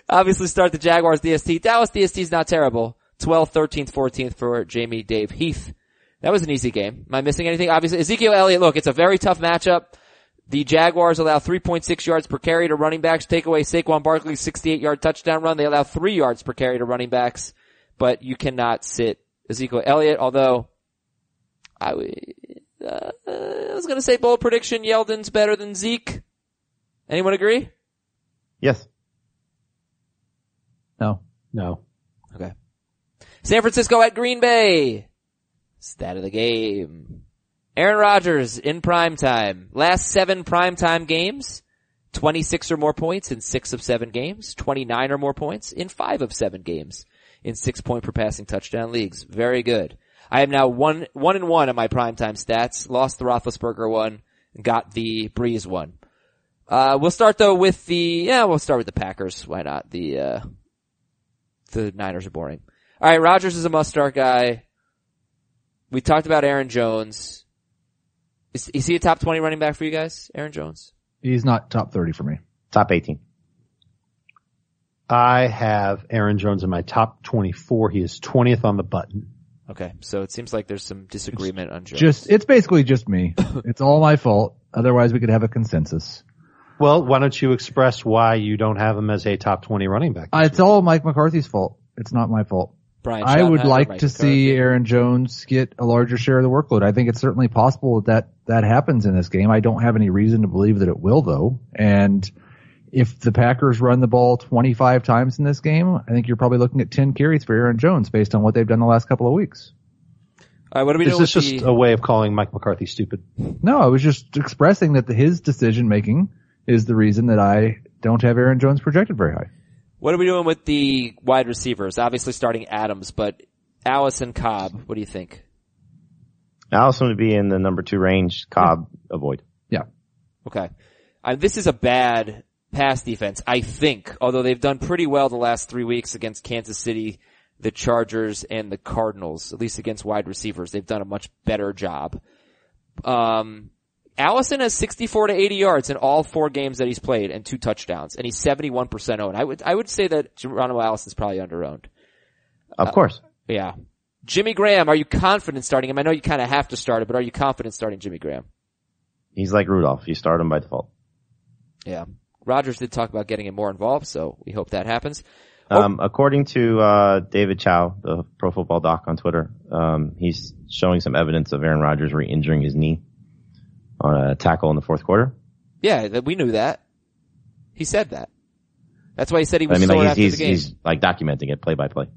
[SPEAKER 2] obviously start the Jaguars DST. Dallas DST is not terrible. 12th, 13th, 14th for Jamie, Dave, Heath. That was an easy game. Am I missing anything? Obviously, Ezekiel Elliott, look, it's a very tough matchup. The Jaguars allow 3.6 yards per carry to running backs. Take away Saquon Barkley's 68 yard touchdown run. They allow three yards per carry to running backs, but you cannot sit Ezekiel Elliott, although I, w- uh, I was going to say bold prediction. Yeldon's better than Zeke. Anyone agree?
[SPEAKER 5] Yes.
[SPEAKER 4] No,
[SPEAKER 3] No.
[SPEAKER 2] Okay. San Francisco at Green Bay. Stat of the game. Aaron Rodgers in prime time. Last seven prime time games. 26 or more points in six of seven games. 29 or more points in five of seven games. In six point per passing touchdown leagues. Very good. I am now one, one and one on my prime time stats. Lost the Roethlisberger one. Got the Breeze one. Uh, we'll start though with the, yeah, we'll start with the Packers. Why not? The, uh, the Niners are boring. All right, Rogers is a must start guy. We talked about Aaron Jones. Is, is he a top twenty running back for you guys? Aaron Jones.
[SPEAKER 4] he's not top thirty for me.
[SPEAKER 5] Top 18.
[SPEAKER 3] I have Aaron Jones in my top 24. He is 20th on the button.
[SPEAKER 2] Okay, so it seems like there's some disagreement on Jones.
[SPEAKER 4] Just it's basically just me. it's all my fault. Otherwise, we could have a consensus.
[SPEAKER 3] Well, why don't you express why you don't have him as a top 20 running back?
[SPEAKER 4] Uh, it's all Mike McCarthy's fault. It's not my fault.
[SPEAKER 2] Brian.
[SPEAKER 4] I would
[SPEAKER 2] Schottenheimer,
[SPEAKER 4] like
[SPEAKER 2] Mike
[SPEAKER 4] to see Aaron Jones get a larger share of the workload. I think it's certainly possible that that happens in this game. I don't have any reason to believe that it will though. And if the Packers run the ball 25 times in this game, I think you're probably looking at 10 carries for Aaron Jones based on what they've done the last couple of weeks.
[SPEAKER 2] All right, what are we
[SPEAKER 3] Is
[SPEAKER 2] doing with
[SPEAKER 3] this just
[SPEAKER 2] the-
[SPEAKER 3] a way of calling Mike McCarthy stupid?
[SPEAKER 4] No, I was just expressing that the, his decision making is the reason that I don't have Aaron Jones projected very high.
[SPEAKER 2] What are we doing with the wide receivers? Obviously starting Adams, but Allison Cobb, what do you think?
[SPEAKER 5] Allison would be in the number two range. Cobb avoid.
[SPEAKER 4] Yeah.
[SPEAKER 2] Okay. Uh, this is a bad pass defense, I think, although they've done pretty well the last three weeks against Kansas City, the Chargers, and the Cardinals, at least against wide receivers. They've done a much better job. Um, Allison has 64 to 80 yards in all four games that he's played and two touchdowns, and he's 71% owned. I would, I would say that Geronimo Allison's probably underowned. Uh,
[SPEAKER 5] Of course.
[SPEAKER 2] Yeah. Jimmy Graham, are you confident starting him? I know you kind of have to start it, but are you confident starting Jimmy Graham?
[SPEAKER 5] He's like Rudolph. You start him by default.
[SPEAKER 2] Yeah. Rogers did talk about getting him more involved, so we hope that happens. Oh.
[SPEAKER 5] Um, according to uh, David Chow, the pro football doc on Twitter, um, he's showing some evidence of Aaron Rodgers re-injuring his knee on a tackle in the fourth quarter.
[SPEAKER 2] Yeah, that we knew that. He said that. That's why he said he was
[SPEAKER 5] I mean,
[SPEAKER 2] sore
[SPEAKER 5] like
[SPEAKER 2] after
[SPEAKER 5] he's, he's,
[SPEAKER 2] the game.
[SPEAKER 5] he's like documenting it play by play.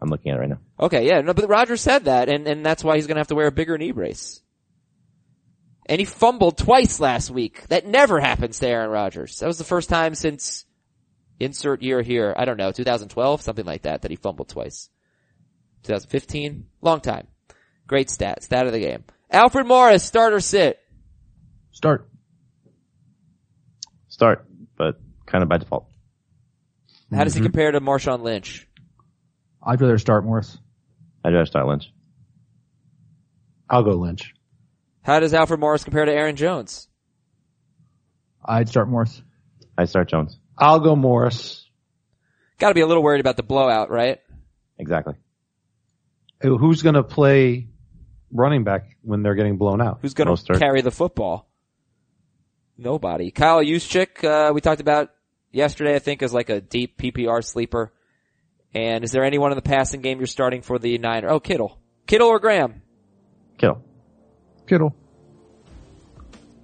[SPEAKER 5] I'm looking at it right now.
[SPEAKER 2] Okay, yeah, no, but Rogers said that, and, and that's why he's gonna have to wear a bigger knee brace. And he fumbled twice last week. That never happens to Aaron Rodgers. That was the first time since insert year here, I don't know, 2012, something like that, that he fumbled twice. 2015, long time. Great stat, stat of the game. Alfred Morris, start or sit.
[SPEAKER 4] Start.
[SPEAKER 5] Start, but kind of by default.
[SPEAKER 2] How
[SPEAKER 5] Mm-hmm.
[SPEAKER 2] does he compare to Marshawn Lynch?
[SPEAKER 4] I'd rather start Morris.
[SPEAKER 5] I'd rather start Lynch.
[SPEAKER 3] I'll go Lynch.
[SPEAKER 2] How does Alfred Morris compare to Aaron Jones?
[SPEAKER 4] I'd start Morris.
[SPEAKER 5] I start Jones.
[SPEAKER 3] I'll go Morris.
[SPEAKER 2] Got to be a little worried about the blowout, right?
[SPEAKER 5] Exactly.
[SPEAKER 3] Uh, Who's going to play running back when they're getting blown out?
[SPEAKER 2] Who's going to
[SPEAKER 5] Mostert.
[SPEAKER 2] carry the football? Nobody. Kyle Juszczyk, uh, we talked about yesterday, I think, is like a deep PPR sleeper. And is there anyone in the passing game you're starting for the Niner? Oh, Kittle. Kittle or Graham?
[SPEAKER 5] Kittle.
[SPEAKER 4] Kittle.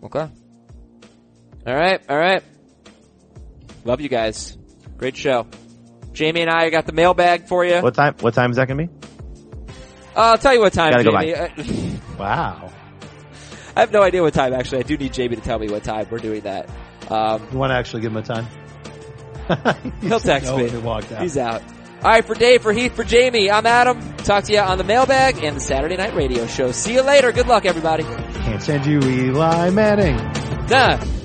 [SPEAKER 2] Okay. All right, all right. Love you guys. Great show. Jamie and I got the mailbag for you. Uh,
[SPEAKER 5] What time? What time is that gonna be?
[SPEAKER 2] I'll tell you what time,
[SPEAKER 5] Gotta go
[SPEAKER 2] Jamie. Uh,
[SPEAKER 3] Wow.
[SPEAKER 2] I have no idea what time actually. I do need Jamie to tell me what time we're doing that. Um,
[SPEAKER 3] You want to actually give him a time?
[SPEAKER 2] he'll text
[SPEAKER 3] No,
[SPEAKER 2] me.
[SPEAKER 3] he walked out.
[SPEAKER 2] He's out. All right, for Dave, for Heath, for Jamie, I'm Adam. Talk to you on the mailbag and the Saturday Night Radio Show. See you later. Good luck, everybody.
[SPEAKER 3] Can't send you Eli Manning.
[SPEAKER 2] Done.